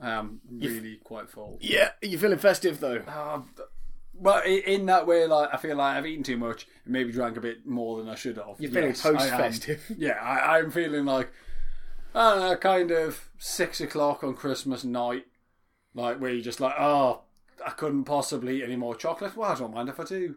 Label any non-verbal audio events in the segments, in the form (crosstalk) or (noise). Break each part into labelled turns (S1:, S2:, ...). S1: Um, I'm really quite full.
S2: Yeah, you're feeling festive though.
S1: Um, but i- in that way, like I feel like I've eaten too much and maybe drank a bit more than I should have.
S2: You're feeling
S1: Yes, I am.
S2: post-festive.
S1: (laughs) Yeah, I, I'm feeling like I don't know, kind of six o'clock on Christmas night, like where you're just like, oh, I couldn't possibly eat any more chocolate. Well, I don't mind if I do.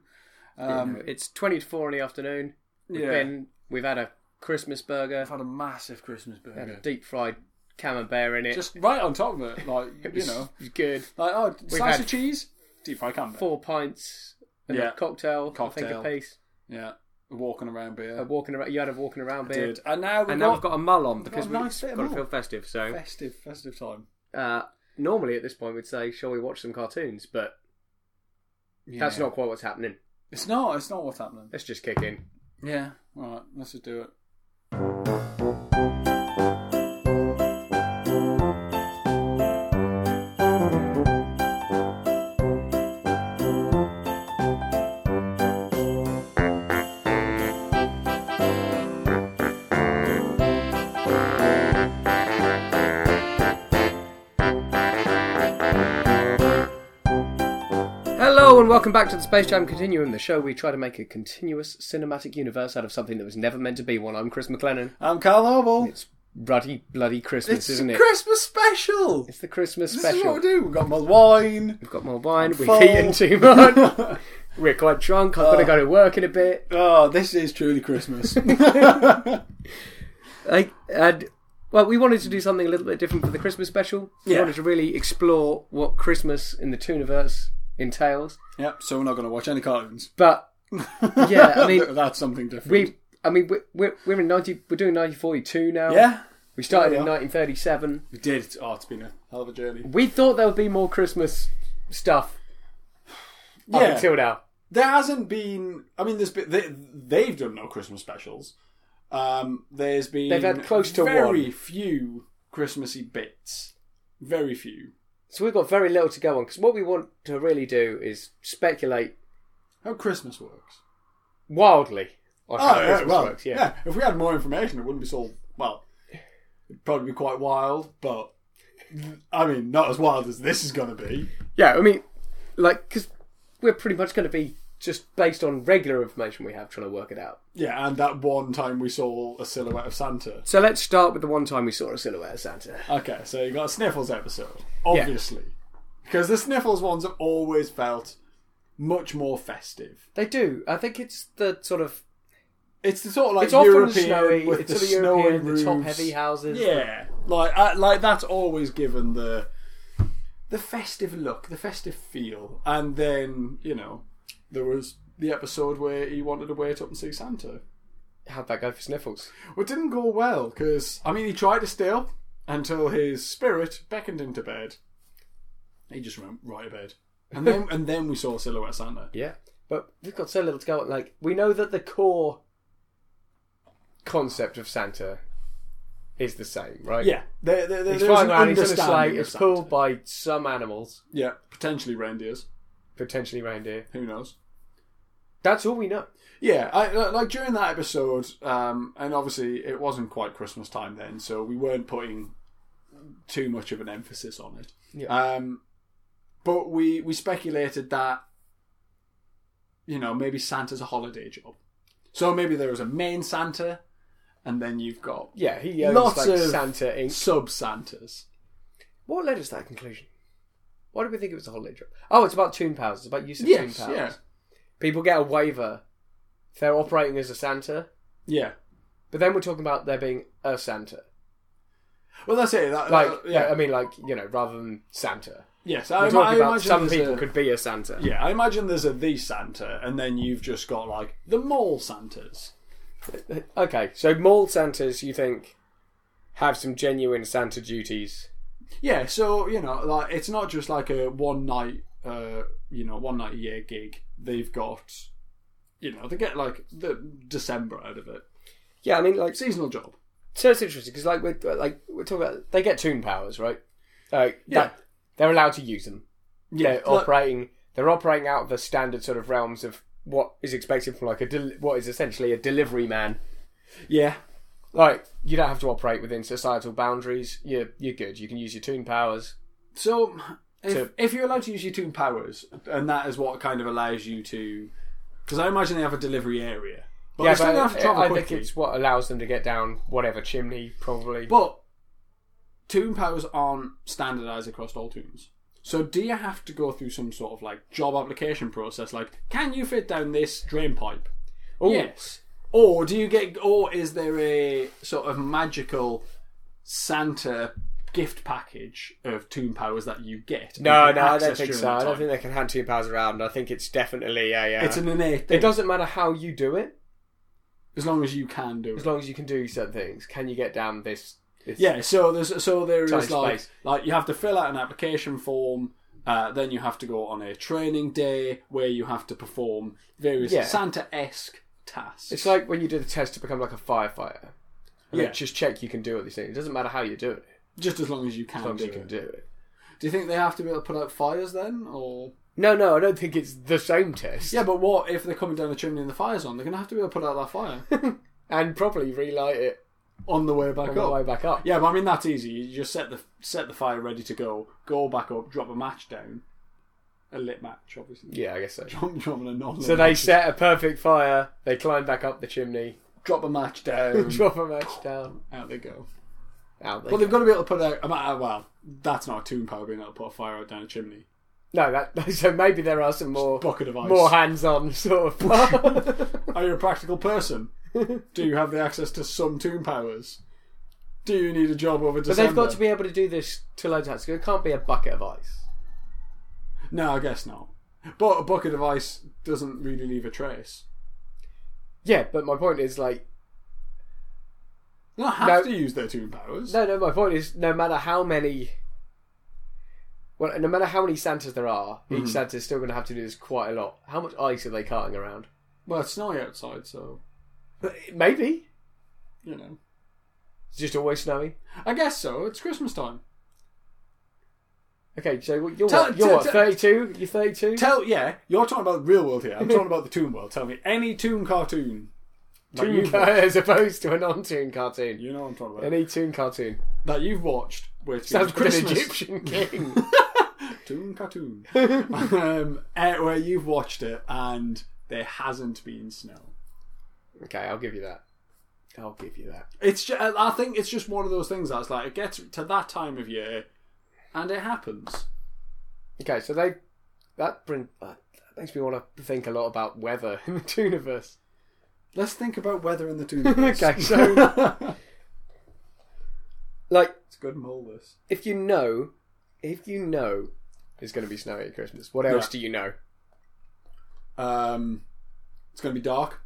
S1: Um,
S3: It's twenty to four in the afternoon. We've
S1: Yeah.
S3: been, we've had a Christmas burger,
S1: I've had a massive Christmas
S3: had a
S1: burger,
S3: deep fried camembert in it.
S1: just right on top of (laughs) it, like you know,
S3: It was good.
S1: like oh, slice
S3: had
S1: of cheese, deep fried camembert,
S3: Four pints and
S1: Yeah.
S3: a cocktail, I
S1: Cocktail.
S3: think a piece.
S1: yeah, walking around beer,
S3: A walking around, you had a walking around beer.
S1: dude, and now we've
S3: And
S1: got
S3: now I've got a mull on because
S1: a
S3: we've
S1: nice bit of
S3: got to
S1: mull.
S3: feel festive. So
S1: festive, festive time.
S3: uh, normally at this point we'd say, "Shall we watch some cartoons?" But that's
S1: Yeah.
S3: not quite what's happening.
S1: It's not. It's not what's happening.
S3: Let's just kick in.
S1: Yeah. All right. Let's just do it.
S3: Hello and welcome back to the Space Jam Continuum, the show we try to make a continuous cinematic universe out of something that was never meant to be one. I'm Chris McLennan.
S1: I'm Carl Noble.
S3: It's ruddy bloody Christmas,
S1: It's
S3: isn't
S1: a
S3: it?
S1: Christmas special.
S3: It's the Christmas
S1: This is
S3: special.
S1: what we do. We've got my wine.
S3: We've got more wine. We've
S1: full.
S3: eaten too much.
S1: (laughs)
S3: We're quite drunk. I'm going to go to work in a bit.
S1: Oh, this is truly
S3: (laughs)
S1: Christmas.
S3: Like, and well, we wanted to do something a little bit different for the Christmas special. We
S1: Yeah.
S3: wanted to really explore what Christmas in the Tooniverse entails.
S1: yep. So we're not going to watch any cartoons.
S3: But yeah, I
S1: (laughs)
S3: mean,
S1: that's something different.
S3: we, I mean, we're we're, we're in ninety, we're doing nineteen forty two now.
S1: yeah. Oh,
S3: we started in
S1: Yeah.
S3: nineteen thirty seven.
S1: We did. Oh, it's been a hell of a journey.
S3: We thought there would be more Christmas stuff up
S1: Yeah.
S3: until now.
S1: there hasn't been. I mean, there's been they, they've done no Christmas specials. Um, there's been
S3: They've had close to
S1: very
S3: one.
S1: few Christmassy bits. Very few.
S3: So we've got very little to go on because what we want to really do is speculate
S1: How Christmas works.
S3: wildly on how
S1: Oh, yeah,
S3: Christmas
S1: well,
S3: works.
S1: yeah.
S3: Yeah.
S1: If we had more information, it wouldn't be so well. It'd probably be quite wild, but I mean, not as wild as this is going to be.
S3: Yeah, I mean, like, because we're pretty much going to be just based on regular information we have trying to work it out.
S1: Yeah, and that one time we saw a silhouette of Santa.
S3: So let's start with the one time we saw a silhouette of Santa.
S1: Okay, so you got a Sniffles episode, obviously, because the Sniffles ones have always felt much more festive.
S3: They do. I think it's the sort of.
S1: It's the sort of like
S3: It's
S1: European
S3: often snowy.
S1: with
S3: It's
S1: the
S3: sort of
S1: snowy
S3: European, the top
S1: roofs.
S3: heavy houses.
S1: Yeah, like I, like that's always given the the festive look, the festive feel, and then you know there was the episode where he wanted to wait up and see Santa.
S3: How'd that go for Sniffles?
S1: Well, it didn't go well because I mean he tried to stay up until his spirit beckoned him to bed. He just went right to bed, and then and then we saw silhouette Santa.
S3: Yeah. But we've got so little to go on. Like, we know that the core concept of Santa is the same, right?
S1: Yeah, there, there, there,
S3: He's
S1: there's
S3: flying
S1: an
S3: around, he's in a
S1: understanding
S3: sleigh,
S1: of
S3: it's
S1: Santa.
S3: pulled by some animals,
S1: Yeah, potentially reindeers.
S3: potentially reindeer.
S1: Who knows?
S3: That's all we know.
S1: Yeah, I, li- like during that episode, um, and obviously it wasn't quite Christmas time then, so we weren't putting too much of an emphasis on it.
S3: Yeah.
S1: Um, but we we speculated that you know maybe Santa's a holiday job, so maybe there was a main Santa, and then you've got
S3: Yeah, he owns
S1: Lots
S3: like
S1: of-
S3: Santa Inc.
S1: sub Santas.
S3: What led us to that conclusion? Why did we think it was a holiday trip? Oh, it's about tune powers. It's about use of
S1: Yes,
S3: tune powers.
S1: yeah,
S3: People get a waiver if they're operating as a Santa,
S1: yeah.
S3: but then we're talking about there being a Santa.
S1: Well, that's it. That,
S3: Like,
S1: that-
S3: yeah.
S1: Uh, yeah,
S3: I mean, like you know, rather than Santa.
S1: yes.
S3: We're
S1: I, I
S3: talking about
S1: imagine
S3: some
S1: there's
S3: people
S1: a-
S3: could be a Santa.
S1: Yeah, I imagine there's a the Santa, and then you've just got like the mall Santas.
S3: Okay, so mall Santas, you think, have some genuine Santa duties?
S1: Yeah, so you know, like it's not just like a one night, uh, you know, one night a year gig. They've got, you know, they get like the December out of it,
S3: Yeah, I mean, like
S1: seasonal job.
S3: So it's interesting because, like, we're like we're talking about they get tune powers, right? Like,
S1: Yeah.
S3: that- they're allowed to use them.
S1: Yeah,
S3: they're
S1: like-
S3: operating. They're operating out of the standard sort of realms of what is expected from like a del- what is essentially a delivery man.
S1: Yeah,
S3: Like, you don't have to operate within societal boundaries. You're you're good. You can use your tune powers.
S1: So, if,
S3: So-
S1: if you're allowed to use your two powers, and that is what kind of allows you to, because I imagine they have a delivery area, but
S3: yeah,
S1: they're still
S3: but
S1: gonna have to travel
S3: I
S1: quickly.
S3: think it's what allows them to get down whatever chimney, probably.
S1: But tomb powers aren't standardized across all tombs. So do you have to go through some sort of like job application process? Like, can you fit down this drain pipe?
S3: Ooh.
S1: Yes. Or do you get? Or is there a sort of magical Santa gift package of tomb powers that you get? and
S3: no,
S1: you can
S3: no, I don't
S1: access
S3: think
S1: during
S3: so.
S1: that
S3: I don't
S1: time?
S3: think they can hand two powers around. I think it's definitely a. Uh,
S1: it's an innate.
S3: it
S1: Thing,
S3: doesn't matter how you do it,
S1: as long as you can do it.
S3: as long as you can do certain things. Can you get down this? this
S1: Yeah, so there's so there is
S3: Tiny
S1: like
S3: space.
S1: like you have to fill out an application form. Uh, then you have to go on a training day where you have to perform various
S3: Yeah.
S1: Santa-esque tasks.
S3: It's like when you do the test to become like a firefighter. And
S1: yeah,
S3: they just check you can do all these things. It doesn't matter how you do it,
S1: just as long as you can.
S3: as long as
S1: do
S3: you can
S1: it.
S3: do it.
S1: Do you think they have to be able to put out fires then, or
S3: No, no, I don't think it's the same test.
S1: yeah? But what if they're coming down the chimney and the fire's on? They're gonna have to be able to put out that
S3: (laughs)
S1: fire
S3: and probably relight it
S1: on the way back
S3: on
S1: up.
S3: the way back up.
S1: Yeah, but I mean that's easy. You just set the set the fire ready to go, go back up, drop a match down, a lit match, obviously. (laughs)
S3: yeah, I guess so.
S1: Drop, drop a non.
S3: So they set a perfect fire. They climb back up the chimney,
S1: drop a match down.
S3: drop a match down.
S1: Out they go.
S3: Out they
S1: But
S3: go.
S1: they've got to be able to put out. um, uh, Well, that's not a tomb power being able to put a fire out down a chimney.
S3: No, that. (laughs) So maybe there are some more
S1: Bucket of ice.
S3: more hands-on sort
S1: (laughs)
S3: (laughs) of.
S1: Are you a practical person?
S3: (laughs)
S1: Do you have the access to some tomb powers? Do you need a job over
S3: but
S1: December?
S3: they've got to be able to do this to loads of hats. It can't be a bucket of ice.
S1: No, I guess not. But a bucket of ice doesn't really leave a trace.
S3: Yeah, but my point is like
S1: They don't have
S3: No.
S1: to use their tomb powers.
S3: No, no. My point is, no matter how many, well, no matter how many Santas there are,
S1: Mm-hmm.
S3: each Santa's still going to have to do this quite a lot. How much ice are they carting around?
S1: Well, it's snowy outside, so
S3: Maybe
S1: you know.
S3: it's just always snowy.
S1: I guess so. It's Christmas time.
S3: Okay, so what- you're
S1: Tell-
S3: what, you're
S1: tell-
S3: what,
S1: tell-
S3: thirty-two. You're thirty-two.
S1: Tell yeah, you're talking about the real world here. I'm talking about the tomb world. Tell me any tomb cartoon.
S3: Toon
S1: you've
S3: ca-
S1: watched.
S3: as opposed to a non-toon cartoon.
S1: You know what I'm talking about.
S3: Any toon cartoon
S1: that you've watched, which is
S3: sounds like an
S1: Christmas
S3: Egyptian king.
S1: (laughs) Toon cartoon, um, eh, where you've watched it and there hasn't been snow.
S3: okay, I'll give you that. I'll give you that.
S1: It's just, I think it's just one of those things that's like it gets to that time of year, and it happens.
S3: Okay, so they that bring uh, that makes me want to think a lot about weather (laughs) in the Tooniverse.
S1: Let's think about weather in the
S3: (laughs)
S1: Toon.
S3: Okay, so- Like
S1: (laughs) it's good and all this.
S3: if you know, if you know it's going to be snowy at Christmas, what else
S1: Yeah.
S3: do you know?
S1: Um, it's going to be dark.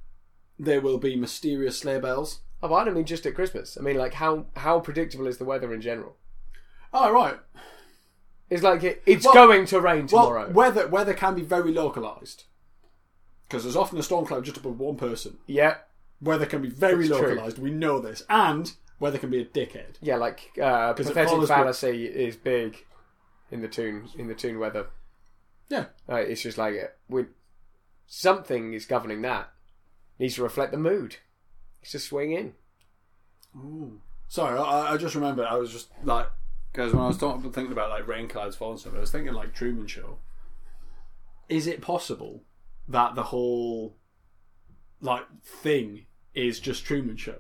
S1: There will be mysterious sleigh bells.
S3: Oh, but I don't mean just at Christmas. I mean like how how predictable is the weather in general?
S1: Oh right.
S3: It's like it, it's
S1: Well-
S3: going to rain
S1: Well,
S3: tomorrow.
S1: weather weather can be very localized because there's often a storm cloud just above one person.
S3: yeah,
S1: Weather can be very
S3: That's true.
S1: localized. We know this, and weather can be a dickhead.
S3: yeah, like uh,
S1: it
S3: pathetic
S1: follows what-
S3: fallacy is big in the tune in the tune weather.
S1: Yeah.
S3: Uh, it's just like it, we, something is governing that needs to reflect the mood. It's a swing in.
S1: Sorry, I, I just remembered. I was just like, because when I was talking, thinking about like rain clouds falling, and stuff, I was thinking like Truman Show. Is it possible that the whole like thing is just Truman Show?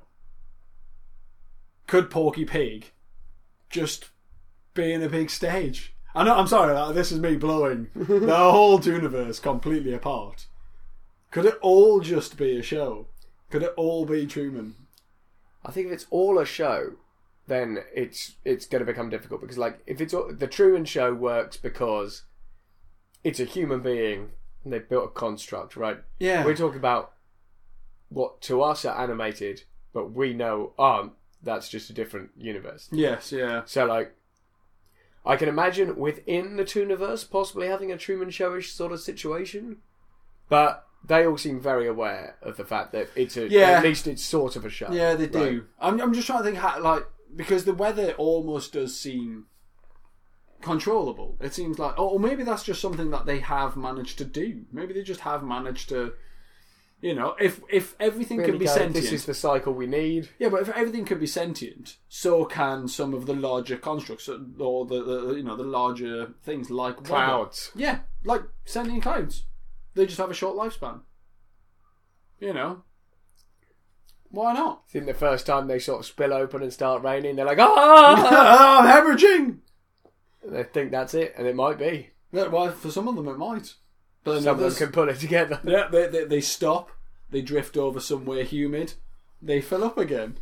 S1: Could Porky Pig just be in a big stage? I know. I'm sorry. Like, this is me blowing the whole universe completely apart. Could it all just be a show? Could it all be Truman?
S3: I think if it's all a show, then it's it's going to become difficult because like if it's all, the Truman show works because it's a human being and they've built a construct, right?
S1: Yeah.
S3: We're talking about what to us are animated, but we know aren't. That's just a different universe.
S1: Yes, yeah.
S3: So like, I can imagine within the Tooniverse possibly having a Truman showish sort of situation, but they all seem very aware of the fact that it's a
S1: Yeah.
S3: at least it's sort of a show.
S1: Yeah, they do.
S3: Right.
S1: I'm, I'm just trying to think how, like, because the weather almost does seem controllable. It seems like, oh, or maybe that's just something that they have managed to do. Maybe they just have managed to, You know, if if everything
S3: Really
S1: can be
S3: go,
S1: sentient,
S3: This is the cycle we need.
S1: yeah, but if everything can be sentient, so can some of the larger constructs or the, the you know the larger things like weather.
S3: Clouds.
S1: Yeah, like sentient clouds. They just have a short lifespan. You know, why
S3: (laughs)
S1: not?
S3: I think the first time they sort of spill open and start raining, they're like, (laughs) ah!
S1: I'm hemorrhaging.
S3: they think that's it, and it might be.
S1: Yeah, well, for some of them it might, but then
S3: Some of them
S1: others-
S3: can pull it together.
S1: Yeah, they, they they stop. They drift over somewhere humid. They fill up again.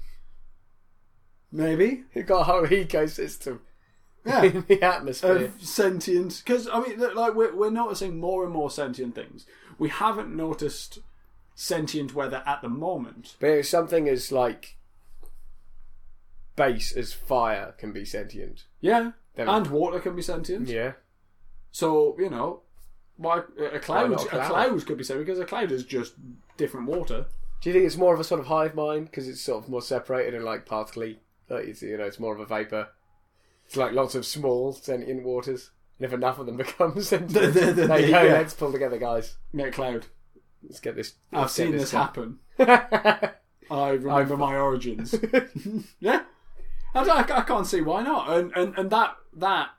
S1: Maybe.
S3: You've got a whole ecosystem (laughs)
S1: Yeah.
S3: in the atmosphere.
S1: of sentient because i mean look, like we're, we're noticing more and more sentient things we haven't noticed sentient weather at the moment
S3: but if something as like base as fire can be sentient.
S1: yeah
S3: Then-
S1: and water can be sentient
S3: Yeah.
S1: so you know why a cloud,
S3: not a
S1: a
S3: cloud?
S1: cloud could be sentient because a cloud is just different water
S3: Do you think it's more of a sort of hive mind because it's sort of more separated and like partially, like, it's, you know, it's more of a vapor. It's like lots of small sentient waters. And if enough of them (laughs) become sentient,
S1: There- there- there
S3: they go.
S1: you go.
S3: Let's pull together, guys.
S1: yeah cloud
S3: Let's get this.
S1: i've
S3: let's get
S1: seen this
S3: done.
S1: happen i remember my (laughs) origins yeah I, don't- I can't see why not and, and and that that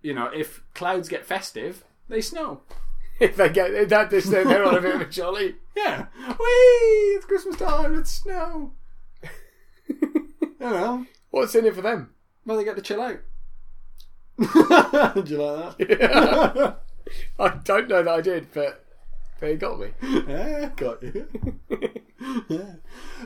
S1: you know if clouds get festive they snow
S3: (laughs) if they get if that, this, then they're on a bit of a jolly.
S1: Yeah. Whee! It's Christmas time. It's (laughs) snow. you know,
S3: What's in it for them?
S1: well, they get to chill (laughs) out. Did you like that?
S3: (laughs) I don't know that I did, but but it got me.
S1: Yeah, got you. yeah.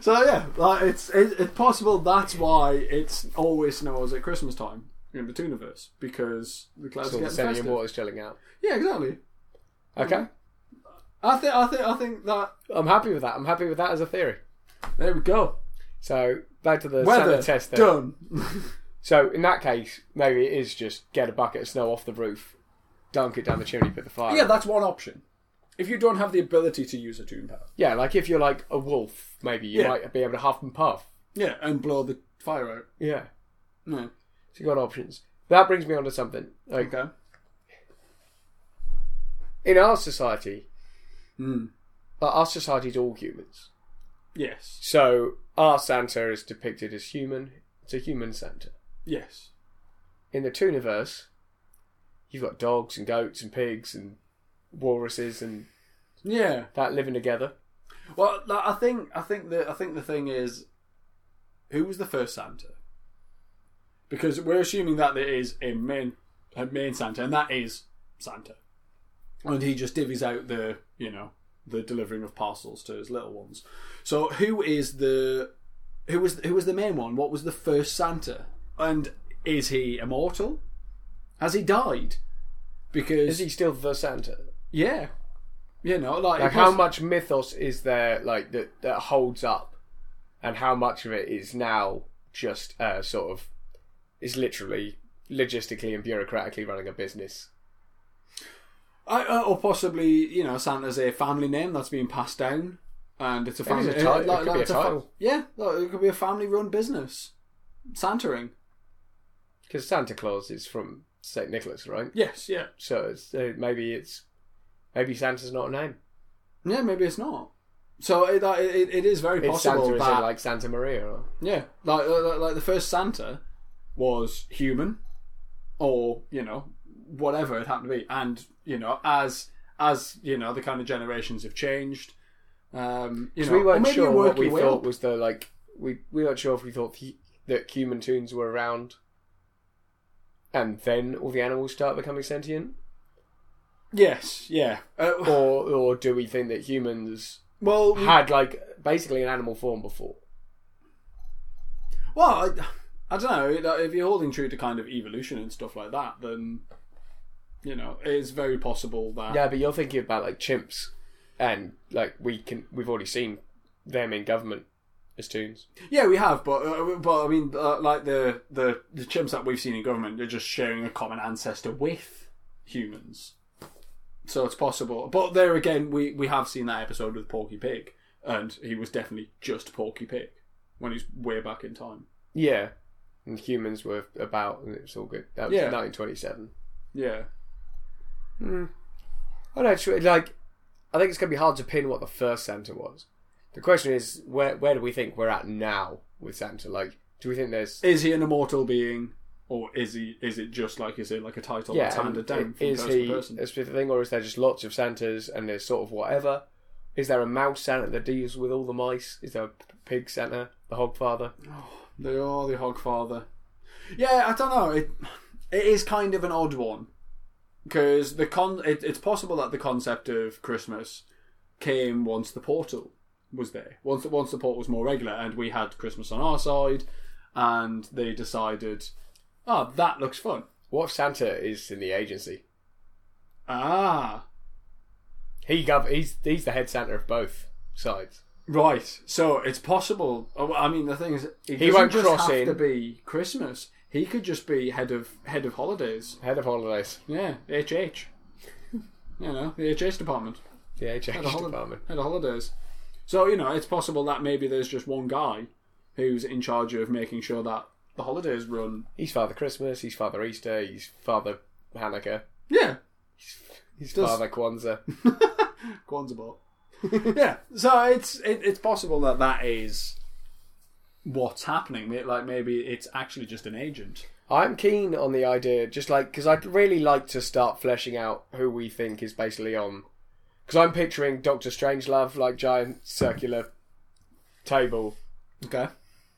S1: So yeah, like it's it, it's possible that's why it's always snows at Christmas time in the Tooniverse because the clouds
S3: Sort
S1: get
S3: of sending
S1: festive.
S3: in water's chilling out.
S1: Yeah, exactly. Mm-hmm.
S3: Okay,
S1: I think I think I think that
S3: I'm happy with that. I'm happy with that as a theory.
S1: there we go.
S3: So back to the
S1: Weather
S3: Santa test. Then.
S1: done.
S3: So in that case, maybe it is just get a bucket of snow off the roof, dunk it down the chimney, put the fire.
S1: yeah,
S3: out.
S1: that's one option. If you don't have the ability to use a tune power.
S3: yeah. Like if you're like a wolf, maybe you
S1: Yeah.
S3: might be able to huff and puff.
S1: Yeah, and blow the fire out.
S3: Yeah,
S1: No.
S3: so you got options. That brings me on to something. Like
S1: Okay.
S3: in our society,
S1: Hmm.
S3: like, our society's all humans.
S1: Yes.
S3: So our Santa is depicted as human. It's a human Santa.
S1: Yes.
S3: In the Tooniverse, you've got dogs and goats and pigs and walruses and
S1: Yeah.
S3: that living together.
S1: Well, like, I think I think the I think the thing is, who was the first Santa? Because we're assuming that there is a main a main Santa, and that is Santa, and he just divvies out the you know the delivering of parcels to his little ones. So who is the who was who was the main one? What was the first Santa? And is he immortal? Has he died? Because
S3: Is he still the Santa?
S1: Yeah. You know, like,
S3: Like
S1: it
S3: how
S1: was-
S3: much mythos is there like that that holds up, and how much of it is now just uh, sort of is literally logistically and bureaucratically running a business.
S1: I, uh, or possibly, you know, Santa's a family name that's been passed down, and it's a
S3: Maybe
S1: family. uh,
S3: it's a title. It could be a
S1: it's fa-
S3: title.
S1: yeah, like, it could be a family-run business. Santering.
S3: Because Santa Claus is from Saint Nicholas, right?
S1: Yes. Yeah.
S3: So it's, uh, maybe it's maybe Santa's not a name.
S1: Yeah. Maybe it's not. So it, like, it, it is very
S3: It's Santa
S1: possible
S3: is
S1: that
S3: in like Santa Maria. Or...
S1: yeah, like, like like the first Santa was human, or you know whatever it happened to be, and you know as as you know the kind of generations have changed. Um, you know,
S3: we
S1: or
S3: weren't
S1: maybe
S3: sure
S1: you
S3: what
S1: work
S3: we
S1: your way
S3: thought
S1: up.
S3: was the like we we weren't sure if we thought he, that human tunes were around, and then all the animals start becoming sentient,
S1: Yes, yeah. Uh,
S3: or or do we think that humans
S1: well, we-
S3: had like basically an animal form before?
S1: well, I, I don't know. uh, If you're holding true to kind of evolution and stuff like that, then you know it's very possible that
S3: Yeah, but you're thinking about like chimps, and like we can we've already seen them in government as tunes.
S1: Yeah, we have, but uh, but I mean, uh, like the, the the chimps that we've seen in government, they're just sharing a common ancestor with humans, so it's possible. But there again, we we have seen that episode with Porky Pig, and he was definitely just Porky Pig when he's way back in time.
S3: Yeah, and humans were about, and it was all good. That was
S1: Yeah.
S3: 1927.
S1: Yeah,
S3: I don't know, like I think it's going to be hard to pin what the first Santa was. The question is, where where do we think we're at now with Santa? Like, do we think there's
S1: Is he an immortal being, or is he? Is it just like is it like a title that's
S3: and
S1: handed down from
S3: um, is
S1: person
S3: he
S1: to person?
S3: a specific thing, or is there just lots of Santas and there's sort of whatever? Is there a mouse Santa that deals with all the mice? Is there a p- pig Santa, the Hogfather?
S1: They are the Hogfather. Yeah, I don't know. It it is kind of an odd one because the con. It, it's possible that the concept of Christmas came once the portal was there. Once once the portal was more regular, and we had Christmas on our side, and they decided, ah, that looks fun.
S3: What if Santa is in the agency?
S1: Ah,
S3: He gov- he's he's the head Santa of both sides.
S1: Right, so it's possible. oh, I mean, the thing is, it
S3: He
S1: doesn't
S3: won't
S1: just
S3: cross
S1: have
S3: in.
S1: to be Christmas. He could just be head of head of holidays.
S3: Head of holidays,
S1: Yeah, HH. (laughs) you know, the HH department,
S3: the HH
S1: head of, holi-
S3: department.
S1: head of holidays. So you know, it's possible that maybe there's just one guy who's in charge of making sure that the holidays run.
S3: He's Father Christmas. He's Father Easter. He's Father Hanukkah.
S1: Yeah,
S3: He's
S1: Does-
S3: Father Kwanzaa. (laughs)
S1: Kwanzaa ball. yeah, so it's it, it's possible that that is what's happening. May- Like maybe it's actually just an agent.
S3: I'm keen on the idea, just like because I'd really like to start fleshing out who we think is basically on. Because I'm picturing Doctor Strangelove like giant circular table,
S1: Okay.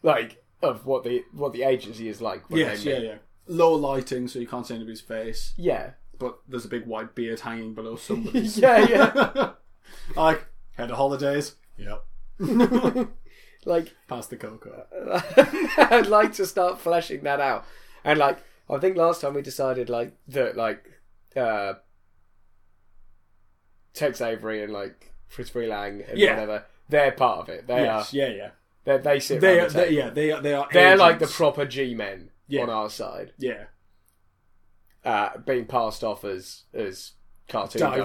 S3: like of what the what the agency is like. When
S1: Yes,
S3: they
S1: yeah,
S3: meet.
S1: yeah. Low lighting, so you can't see anybody's face,
S3: yeah,
S1: but there's a big white beard hanging below somebody. (laughs)
S3: yeah, (laughs) yeah.
S1: like, head of holidays. Yep.
S3: like
S1: Pass the cocoa.
S3: Uh, (laughs) I'd like to start fleshing that out, and like I think last time we decided like that like uh Tex Avery and like Fritz Freelang and
S1: Yeah.
S3: whatever they're part of it. They are.
S1: Yes, yeah, yeah.
S3: They, they sit.
S1: They
S3: round
S1: are,
S3: the table.
S1: they, yeah, they are, they are.
S3: They're like the
S1: agents.
S3: proper G men
S1: Yeah.
S3: on our side,
S1: yeah
S3: uh, being passed off as as cartoon
S1: directors,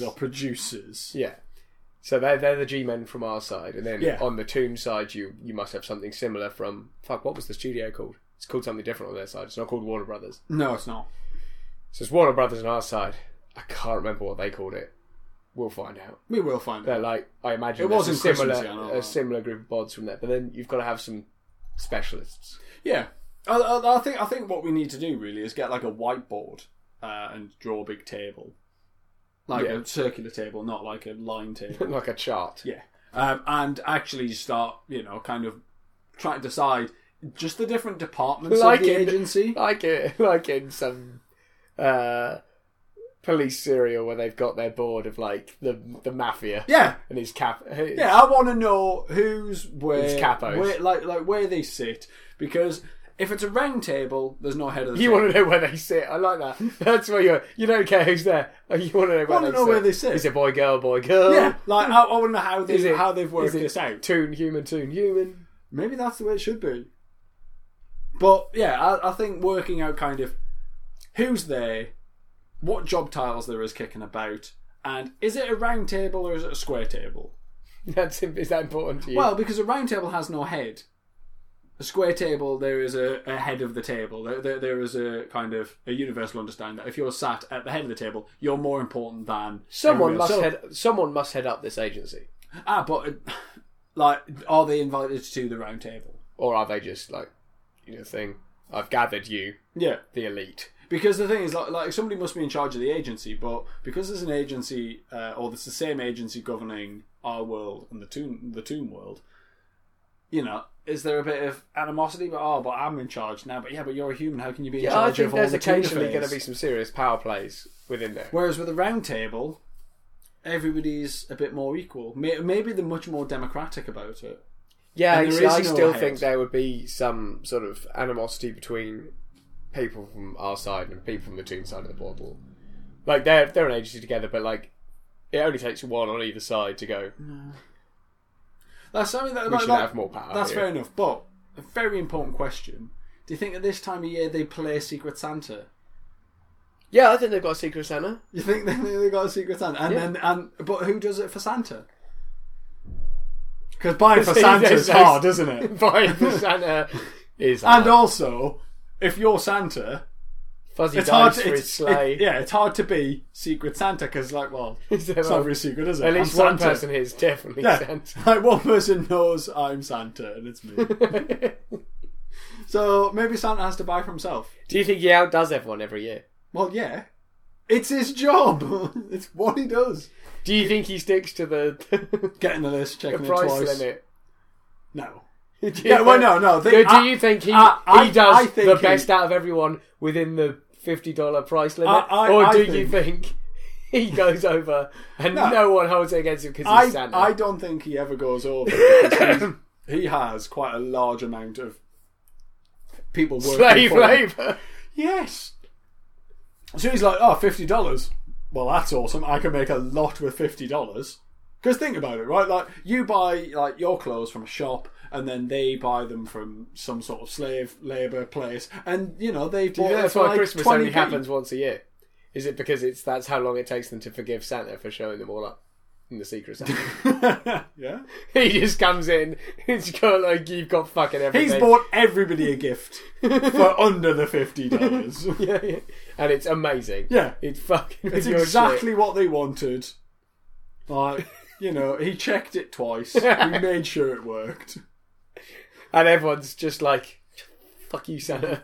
S3: directors.
S1: or producers.
S3: Yeah, so they're they're the G men from our side, and then
S1: Yeah.
S3: on the Toon side, you you must have something similar from fuck. What was the studio called? It's called something different on their side. It's not called Warner Brothers.
S1: No, it's not.
S3: So it's Warner Brothers on our side. I can't remember what they called it. We'll find out.
S1: We will find out.
S3: They're like I
S1: It
S3: imagine it
S1: was
S3: was a
S1: in Christmas,
S3: similar
S1: yeah, I know
S3: a
S1: that.
S3: similar group of bods from there, but then you've got to have some specialists. (laughs)
S1: Yeah, I, I, I think I think what we need to do really is get like a whiteboard uh, and draw a big table, like
S3: Yeah.
S1: a circular table, not like a line table.
S3: like a chart.
S1: Yeah, um, and actually start, you know, kind of trying to decide just the different departments
S3: Like
S1: of the
S3: in-
S1: agency.
S3: like it, (laughs) like in some uh, police serial where they've got their board of like the the mafia
S1: Yeah,
S3: and his cap. (laughs) his-
S1: yeah. I want to know who's where,
S3: It's capos.
S1: where, like like where they sit, because if it's a round table, there's no head of the.
S3: (laughs) You
S1: table.
S3: want to know where they sit. I like that. (laughs) That's where you you don't care who's there. (laughs) You want to know where,
S1: Wanna
S3: they,
S1: know
S3: sit.
S1: where they sit.
S3: Is it boy girl boy girl?
S1: yeah, like I, I want to know how they
S3: Is it-
S1: how they've worked
S3: is it
S1: this out.
S3: Toon human toon human. (laughs)
S1: Maybe that's the way it should be. But yeah, I, I think working out kind of who's there, what job titles there is kicking about, and is it a round table or is it a square table?
S3: That's is that important to you?
S1: Well, because a round table has no head. A square table, there is a, a head of the table. There, there, there is a kind of a universal understanding that if you're sat at the head of the table, you're more important than
S3: someone
S1: everybody
S3: must
S1: else. So-
S3: head someone must head up this agency,
S1: Ah, but uh, like, are they invited to the round table?
S3: or are they just like you know thing? I've gathered you,
S1: Yeah,
S3: the elite.
S1: Because the thing is, like, like somebody must be in charge of the agency, but because there's an agency, uh, or it's the same agency governing our world and the tomb, the tomb world. You know, is there a bit of animosity? But oh, but I'm in charge now. But yeah, but you're a human. How can you be in
S3: Yeah, I
S1: charge
S3: think
S1: of all
S3: there's
S1: the Toon
S3: occasionally going to be
S1: affairs?
S3: some serious power plays within there.
S1: Whereas with a round table, everybody's a bit more equal. May- Maybe they're much more democratic about it.
S3: Yeah,
S1: And
S3: I-
S1: there is
S3: I
S1: no
S3: still
S1: head.
S3: think there would be some sort of animosity between people from our side and people from the Toon side of the portal. Like they're they're an agency together, but like it only takes one on either side to go.
S1: That's I mean, that,
S3: We
S1: that-
S3: should
S1: that-
S3: have more power.
S1: That's
S3: here.
S1: fair enough. But a very important question: Do you think at this time of year they play Secret Santa?
S3: Yeah, I think they've got a
S1: (laughs)
S3: secret Santa. (laughs)
S1: You think they, they got a secret Santa, and
S3: Yeah.
S1: then and but who does it for Santa? Because
S3: (laughs)
S1: buying for
S3: It's-
S1: Santa's
S3: it's-
S1: hard, isn't it?
S3: Buying the Santa is
S1: And uh,
S3: hard.
S1: also, if you're Santa,
S3: Fuzzy
S1: It's hard
S3: dice
S1: to,
S3: for his
S1: it's,
S3: sleigh.
S1: it- yeah, it's hard to be Secret Santa because, like, well,
S3: (laughs) Is there
S1: it's
S3: one-
S1: not really secret, is it?
S3: At
S1: I'm
S3: least one
S1: Santa.
S3: person here is
S1: (laughs)
S3: definitely
S1: Yeah.
S3: Santa.
S1: Like, one person knows I'm Santa and it's
S3: (laughs)
S1: me. so maybe Santa has to buy for himself.
S3: Do you think he outdoes everyone every year?
S1: Well, yeah. It's his job. (laughs) it's what he does.
S3: Do you think he sticks to the, (laughs)
S1: Getting the list, checking
S3: the
S1: it
S3: price
S1: twice.
S3: limit?
S1: No.
S3: (laughs) Do
S1: Yeah,
S3: you
S1: well,
S3: think-
S1: no, no. They,
S3: So do
S1: I-
S3: you think he,
S1: I- I-
S3: he does
S1: I think
S3: the
S1: he-
S3: best out of everyone within the fifty dollar price limit,
S1: I- I-
S3: or
S1: I
S3: do you think he goes over and no,
S1: No.
S3: one holds it against him because
S1: I,
S3: he's Santa?
S1: I don't think he ever goes over because
S3: (coughs)
S1: he's- he has quite a large amount of people working
S3: Slave
S1: for him. (laughs)
S3: labour.
S1: Yes. So he's like, oh, $50. Well, that's awesome. I can make a lot with $50. Because think about it, right? Like, you buy, like, your clothes from a shop, and then they buy them from some sort of slave labour place, and, you know, they bought
S3: Yeah,
S1: it
S3: that's
S1: for,
S3: why
S1: like,
S3: Christmas
S1: 20
S3: only happens once a year. Is it because it's that's how long it takes them to forgive Santa for showing them all up in the secret Santa?
S1: (laughs) yeah?
S3: he just comes in, it's got like you've got fucking everything.
S1: He's bought everybody a (laughs) gift for under the $50.
S3: (laughs) Yeah, yeah. and it's amazing.
S1: Yeah.
S3: it's fucking. (laughs)
S1: It's
S3: pure shit.
S1: exactly what they wanted. Like, you know, he checked it twice. (laughs) He made sure it worked.
S3: and everyone's just like, "Fuck you, Santa."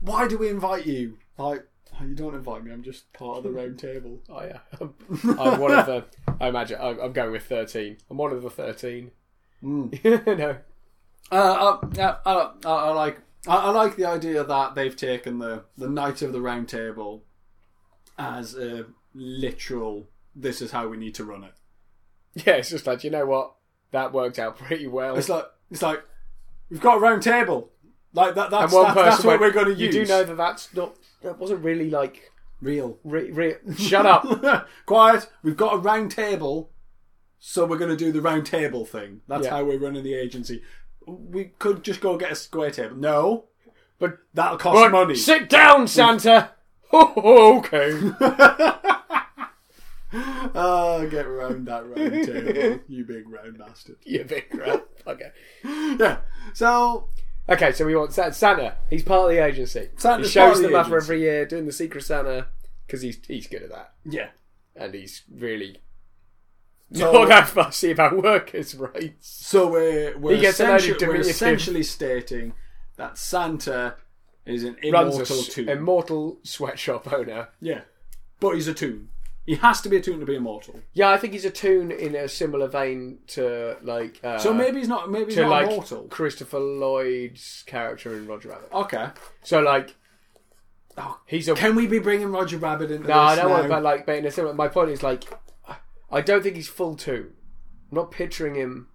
S1: Why do we invite you? Like, oh, you don't invite me. I'm just part of the round table.
S3: I am. Oh, I'm one of the. I imagine I'm, I'm going with thirteen. I'm one of the thirteen.
S1: Hmm.
S3: (laughs) no,
S1: Uh, I, I, I, I like. I, I like the idea that they've taken the the knight of the round table as a literal. This is how we need to run it.
S3: yeah, it's just like you know what that worked out pretty well.
S1: It's like it's like we've got a round table. Like that. That's
S3: and one
S1: that-
S3: person
S1: that's what
S3: went,
S1: we're going to
S3: You
S1: use.
S3: do know that that's not. That wasn't really like.
S1: real. (laughs)
S3: Re, re, shut up.
S1: Quiet. We've got a round table, so we're going to do the round table thing. That's
S3: Yeah.
S1: how we're running the agency. We could just go get a square table. No,
S3: But-
S1: that'll cost
S3: Right,
S1: money.
S3: Sit down, Santa. (laughs) Oh, okay. (laughs)
S1: Oh, get round that
S3: (laughs)
S1: round table, you big round bastard.
S3: you big crap. Okay.
S1: Yeah. So
S3: Okay, so we want Sa- Santa. He's part of the agency.
S1: Santa's
S3: he
S1: part
S3: shows
S1: of the
S3: them up
S1: agency.
S3: every year doing the secret Santa because he's he's good at that
S1: yeah.
S3: and he's really
S1: So,
S3: not that fussy about workers' rights.
S1: so we're we're,
S3: He gets a load of
S1: essentially, we're
S3: diminutive-
S1: essentially stating that Santa is an
S3: Runs
S1: immortal
S3: a s-
S1: tomb.
S3: immortal sweatshop owner.
S1: yeah, but he's a tomb. He has to be a tomb to be immortal.
S3: Yeah, I think he's a tune in a similar vein to like uh,
S1: So maybe he's not. Maybe he's
S3: to
S1: not
S3: like
S1: immortal.
S3: Christopher Lloyd's character in Roger Rabbit.
S1: Okay.
S3: So like
S1: Oh,
S3: he's a (laughs)
S1: Can we be bringing Roger Rabbit into
S3: No, I
S1: this
S3: don't want
S1: now?
S3: about like being a similar. My point is like, I don't think he's full tune. I'm not picturing him.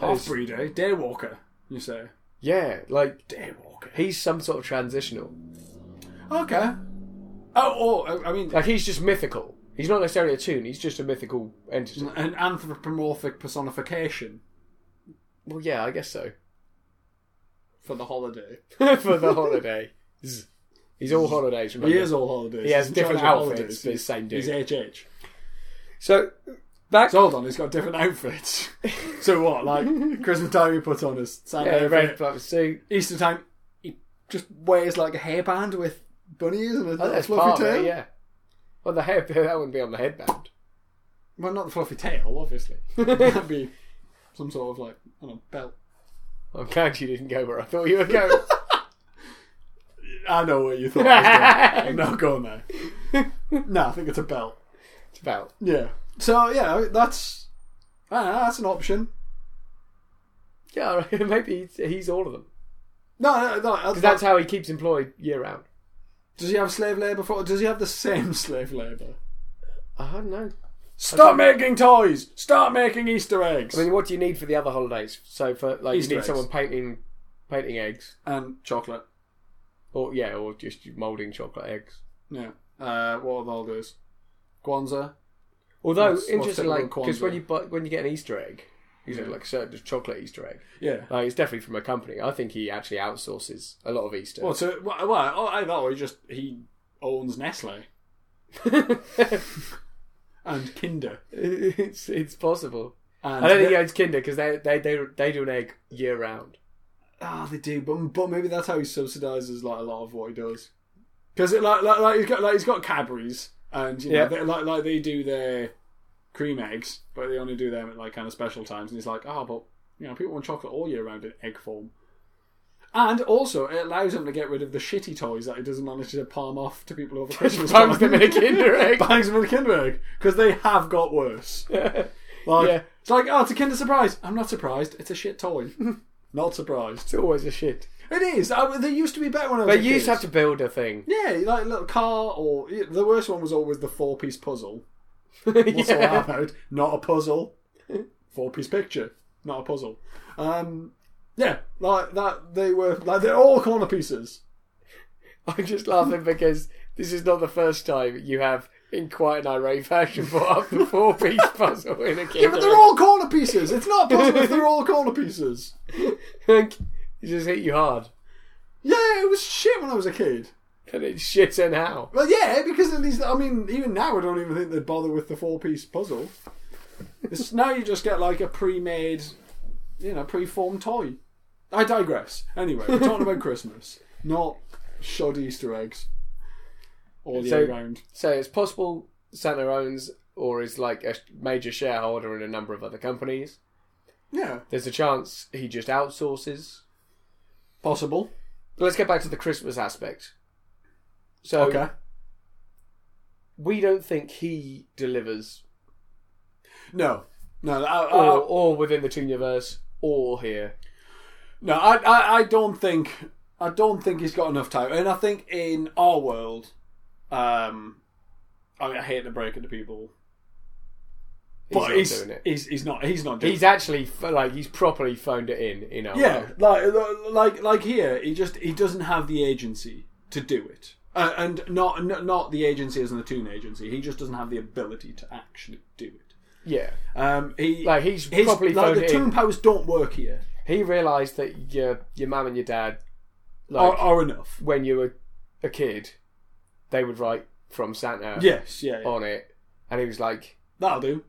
S1: half breed, eh? Daywalker, you say?
S3: Yeah, like
S1: Daywalker.
S3: he's some sort of transitional.
S1: Okay. Oh, or I- I mean,
S3: Like he's just mythical. He's not necessarily a tune. He's just a mythical entity.
S1: an anthropomorphic personification
S3: Well, yeah, I guess so. (laughs)
S1: (laughs) for the holiday.
S3: For the holiday, Z. he's all holidays. Remember?
S1: He is all holidays.
S3: He has
S1: He's in
S3: different
S1: charge of
S3: outfits,
S1: holidays.
S3: but it's the same dude.
S1: He's HH.
S3: So back.
S1: So hold on, he's got different (laughs) outfits. so what? Like Christmas time, he puts on his Santa
S3: yeah,
S1: outfit.
S3: red flowers suit.
S1: Easter time, he just wears like a hairband with bunny ears and a
S3: Oh,
S1: little
S3: that's
S1: fluffy
S3: part of
S1: tail.
S3: it. Yeah. Well, the hair (laughs) that wouldn't be on the headband.
S1: Well, not the fluffy tail, obviously. (laughs) That'd be some sort of like I don't know, belt.
S3: I'm glad you didn't go where I thought you
S1: (laughs)
S3: were going.
S1: I know what (laughs) you thought. I (laughs) was doing. I'm not going there. (laughs) no, I think it's a belt.
S3: it's about.
S1: Yeah. So yeah, that's I don't know, that's an option.
S3: Yeah, (laughs) all right, maybe he's, he's all of them.
S1: No, no, no.
S3: Because that's how he keeps employed year round.
S1: does he have slave labor for? Does he have the same (laughs) slave labor?
S3: I don't know.
S1: Stop making toys. Start making Easter eggs
S3: I mean, what do you need for the other holidays? So for like,
S1: Easter
S3: you need
S1: eggs.
S3: someone painting, painting eggs,
S1: and chocolate.
S3: or yeah, or just moulding chocolate eggs.
S1: Yeah. Uh, what are the holidays? Kwanzaa.
S3: Although
S1: What's- what's
S3: interesting,
S1: typical
S3: like because
S1: Kwanzaa?
S3: when you buy, when you get an Easter egg, you know, like a certain chocolate Easter egg.
S1: Yeah.
S3: Like it's definitely from a company. I think he actually outsources a lot of Easter.
S1: Well, so well, well, oh, I thought he just he owns Nestle and Kinder.
S3: (laughs) it's it's possible.
S1: And
S3: I don't think he owns Kinder because they, they they they do an egg year (laughs) round.
S1: Ah, they do, but, but maybe that's how he subsidizes like a lot of what he does. because it like, like like he's got like he's got Cadbury's and you know
S3: Yeah.
S1: they, like like they do their cream eggs, but they only do them at like kind of special times. And he's like, oh, but you know people want chocolate all year round in egg form. And also, it allows him to get rid of the shitty toys that he doesn't manage to palm off to people
S3: (laughs)
S1: over Christmas.
S3: Bangs
S1: time.
S3: them
S1: (laughs)
S3: in a Kinder egg.
S1: Bangs them in a Kinder egg because they have got worse. Like
S3: (laughs) Yeah.
S1: it's like oh, it's a Kinder surprise. I'm not surprised. It's a shit
S3: (laughs)
S1: toy. not surprised.
S3: It's always a shit.
S1: It is. I, they used to be better when I was.
S3: But
S1: a
S3: you used to
S1: kid.
S3: have to build a thing.
S1: Yeah, like a little car, or yeah, the worst one was always the four piece
S3: (laughs)
S1: puzzle. What's all
S3: (laughs) yeah.
S1: that about? Not a puzzle.
S3: (laughs)
S1: Four piece picture, not a puzzle. Um, yeah, like that. They were like they're all corner pieces.
S3: I'm just laughing because this is not the first time you have, in quite an irate fashion, brought up the four-piece (laughs) puzzle in a Kinder.
S1: Yeah, but they're all corner pieces. It's not a puzzle if they're all corner pieces. (laughs)
S3: (laughs) it just hit you hard.
S1: Yeah, it was shit when I was a kid.
S3: And it's shit and how.
S1: Well, yeah, because at least I mean, even now I don't even think they'd bother with the four-piece puzzle. It's, now you just get like a pre-made, you know, pre-formed toy. I digress. Anyway, we're talking
S3: (laughs)
S1: about Christmas, not shoddy Easter eggs all
S3: So-
S1: year round.
S3: So it's possible Santa owns or is like a major shareholder in a number of other companies.
S1: Yeah,
S3: There's a chance he just outsources.
S1: possible.
S3: Let's get back to the Christmas aspect. So
S1: Okay.
S3: we don't think he delivers,
S1: No, no, I,
S3: or,
S1: I,
S3: or within the Toon Universe, or here.
S1: No, I, I, I don't think I don't think he's got enough time. And I think in our world, um, I, mean, I hate to break it to people,
S3: He's
S1: but
S3: not
S1: he's
S3: doing it.
S1: he's he's not he's not doing.
S3: He's actually f- like he's properly phoned it in. You know.
S1: it. yeah, like like like here, he just he doesn't have the agency to do it, uh, and not n- not the agency as in the Toon agency. He just doesn't have the ability to actually do it.
S3: yeah.
S1: Um, he
S3: Like, he's
S1: his-
S3: properly
S1: like
S3: phoned
S1: the
S3: it
S1: Toon
S3: in.
S1: powers don't work here
S3: He realised that your your mum and your dad, like
S1: are, are enough.
S3: when you were a kid, they would write from Santa
S1: Yes, yeah, yeah.
S3: on it, and he was like,
S1: that'll do.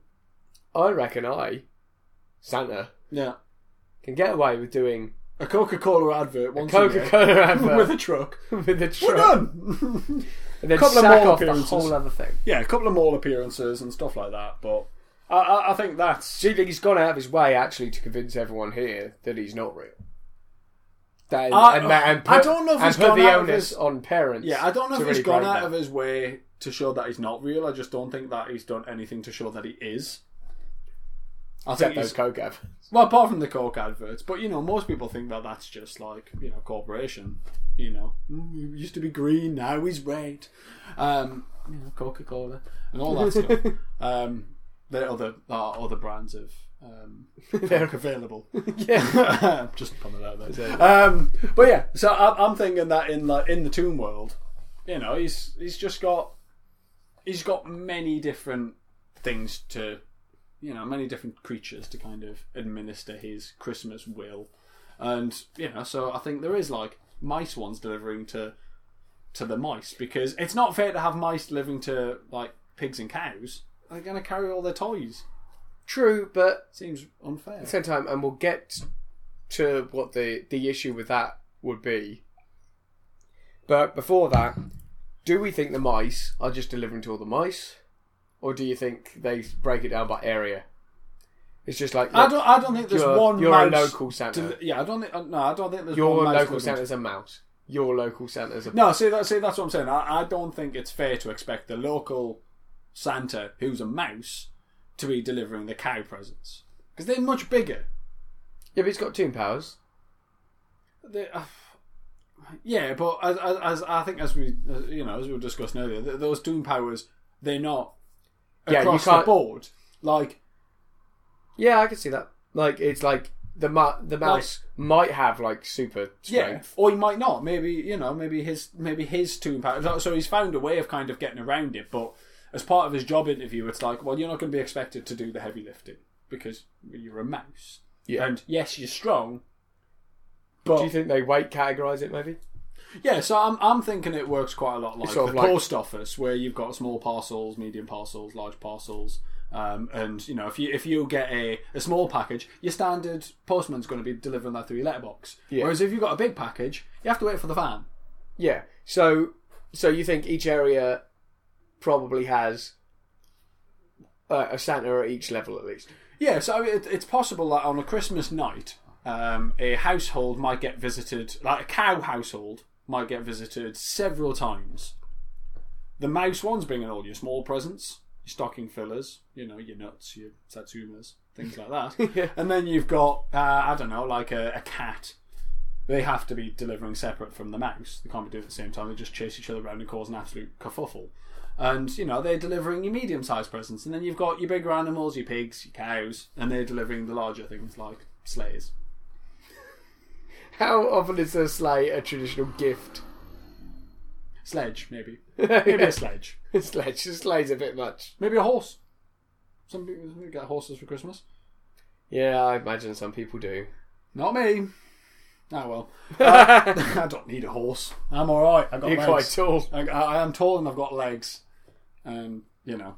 S3: I reckon I, Santa,
S1: Yeah,
S3: can get away with doing
S1: a Coca Cola advert. Once a year.
S3: Coca Cola
S1: (laughs) with
S3: advert
S1: a truck.
S3: with the
S1: We're
S3: truck,
S1: done. (laughs)
S3: and then
S1: Couple of
S3: sack
S1: more
S3: off the
S1: appearances.
S3: whole other thing.
S1: yeah, a couple of mall appearances and stuff like that. But I, I, I think that's
S3: Do you think he's gone out of his way actually to convince everyone here that he's not real? That,
S1: I-
S3: and, that- and put,
S1: I don't know if
S3: and
S1: he's
S3: put
S1: gone
S3: the
S1: out of
S3: onus
S1: his-
S3: on parents.
S1: yeah. I don't know
S3: to
S1: if he's
S3: really
S1: gone
S3: break
S1: out
S3: that.
S1: of his way to show that he's not real. I just don't think that he's done anything to show that he is. I
S3: Except
S1: think
S3: those
S1: he's,
S3: coke adverts.
S1: well, apart from the coke adverts, but you know, most people think that that's just like you know, corporation. You know, "Mm, he used to be green, now he's red. Um, you know, Coca Cola and all that stuff. (laughs) Um, the other uh, other brands of (laughs) um, they're available. (laughs) Yeah, (laughs) just putting it out there. Um, but yeah, so I'm, I'm thinking that in like in the Tomb world, you know, he's he's just got he's got many different things to, you know, many different creatures to kind of administer his Christmas will, and you know, so I think there is like mice ones delivering to to the mice because it's not fair to have mice delivering to like pigs and cows. They're going to carry all their toys.
S3: True, but
S1: Seems unfair.
S3: same time, and we'll get to what the the issue with that would be. But before that, do we think the mice are just delivering to all the mice, or do you think they break it down by area? It's just like
S1: I don't. I don't think there's
S3: you're,
S1: one
S3: you're
S1: mouse.
S3: a local Santa.
S1: del- yeah, I don't. Think, uh, no, I don't think there's
S3: your
S1: one mouse
S3: local
S1: delivering to-
S3: Santa's a mouse. Your local Santa's a
S1: No, see that. See that's what I'm saying. I, I don't think it's fair to expect the local Santa, who's a mouse, to be delivering the cow presents because they're much bigger.
S3: yeah, but he's got two powers.
S1: They, uh, yeah, but as, as, as I think, as we uh, you know, as we were discussing earlier, th- those doom powers they're not
S3: Yeah, you
S1: across the
S3: can't-
S1: board. Like
S3: Yeah, I can see that. Like it's like the mu- the mouse might have like super
S1: yeah,
S3: strength.
S1: or he might not. Maybe you know, maybe his maybe his tomb power. so- So he's found a way of kind of getting around it. But as part of his job interview, it's like, well, you're not going to be expected to do the heavy lifting because you're a mouse.
S3: Yeah.
S1: And yes, you're strong. But
S3: Do you think they weight categorize it? Maybe.
S1: yeah, so I'm I'm thinking it works quite a lot like the
S3: sort of like-
S1: post office, where you've got small parcels, medium parcels, large parcels. Um, and you know, if you if you get a, a small package, your standard postman's going to be delivering that through your letterbox.
S3: Yeah.
S1: Whereas if you've got a big package, you have to wait for the van.
S3: Yeah. So So you think each area probably has uh, a Santa at each level at least?
S1: Yeah, so it, it's possible that on a Christmas night, um, a household might get visited, like a cow household might get visited several times. The mouse one's bringing all your small presents, your stocking fillers, you know, your nuts, your satsumas, things like that. And then you've got, uh, I don't know, like a, a cat. They have to be delivering separate from the mouse. They can't be doing it at the same time. They just chase each other around and cause an absolute kerfuffle and you know they're delivering your medium-sized presents, and then you've got your bigger animals, your pigs, your cows, and they're delivering the larger things like sleighs.
S3: How often is a sleigh a traditional gift? (laughs)
S1: Sledge, maybe, maybe a
S3: Yes,
S1: sledge,
S3: sledge. Sleigh's a bit much.
S1: maybe a horse. Some people some people get horses for Christmas.
S3: Yeah, I imagine some people do.
S1: Not me. Oh well, Uh, (laughs) I don't need a horse. I'm all right. I've got
S3: You're quite
S1: legs.
S3: tall.
S1: I, I am tall and I've got legs, and you know,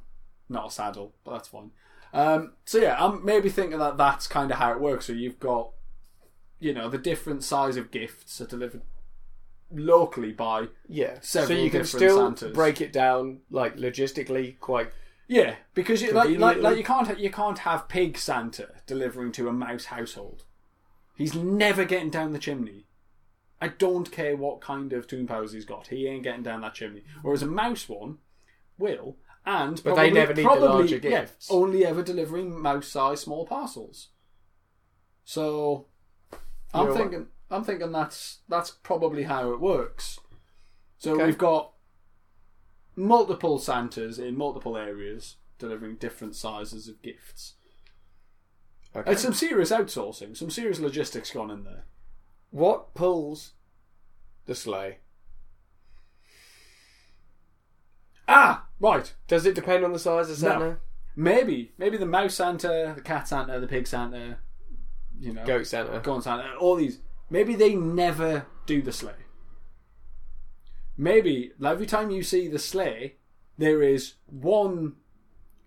S1: not a saddle, but that's fine. Um, so yeah, I'm maybe thinking that that's kind of how it works. So you've got, you know, the different size of gifts are delivered locally by
S3: Yeah. so
S1: Several
S3: you can
S1: different
S3: still
S1: Santas.
S3: break it down like logistically quite
S1: yeah, because you, like, like like
S3: Conveniently.
S1: you can't ha- you can't have pig Santa delivering to a mouse household. He's never getting down the chimney. I don't care what kind of Toon Powers he's got. He ain't getting down that chimney. Whereas a mouse one will, and
S3: But they
S1: probably-
S3: never need the
S1: probably,
S3: larger
S1: yeah,
S3: gifts.
S1: only ever delivering mouse-sized small parcels. So, I'm
S3: You're right.
S1: thinking, I'm thinking that's that's probably how it works. So
S3: Okay.
S1: we've got multiple Santas in multiple areas delivering different sizes of gifts.
S3: okay.
S1: It's some serious outsourcing, some serious logistics gone in there.
S3: What pulls the sleigh?
S1: Ah, right.
S3: Does it depend on the size of
S1: No.
S3: Santa?
S1: Maybe, maybe the mouse Santa, the cat Santa, the pig Santa, you know,
S3: Goat Santa.
S1: Go on, Santa. All these. Maybe they never do the sleigh. Maybe like, every time you see the sleigh, there is one.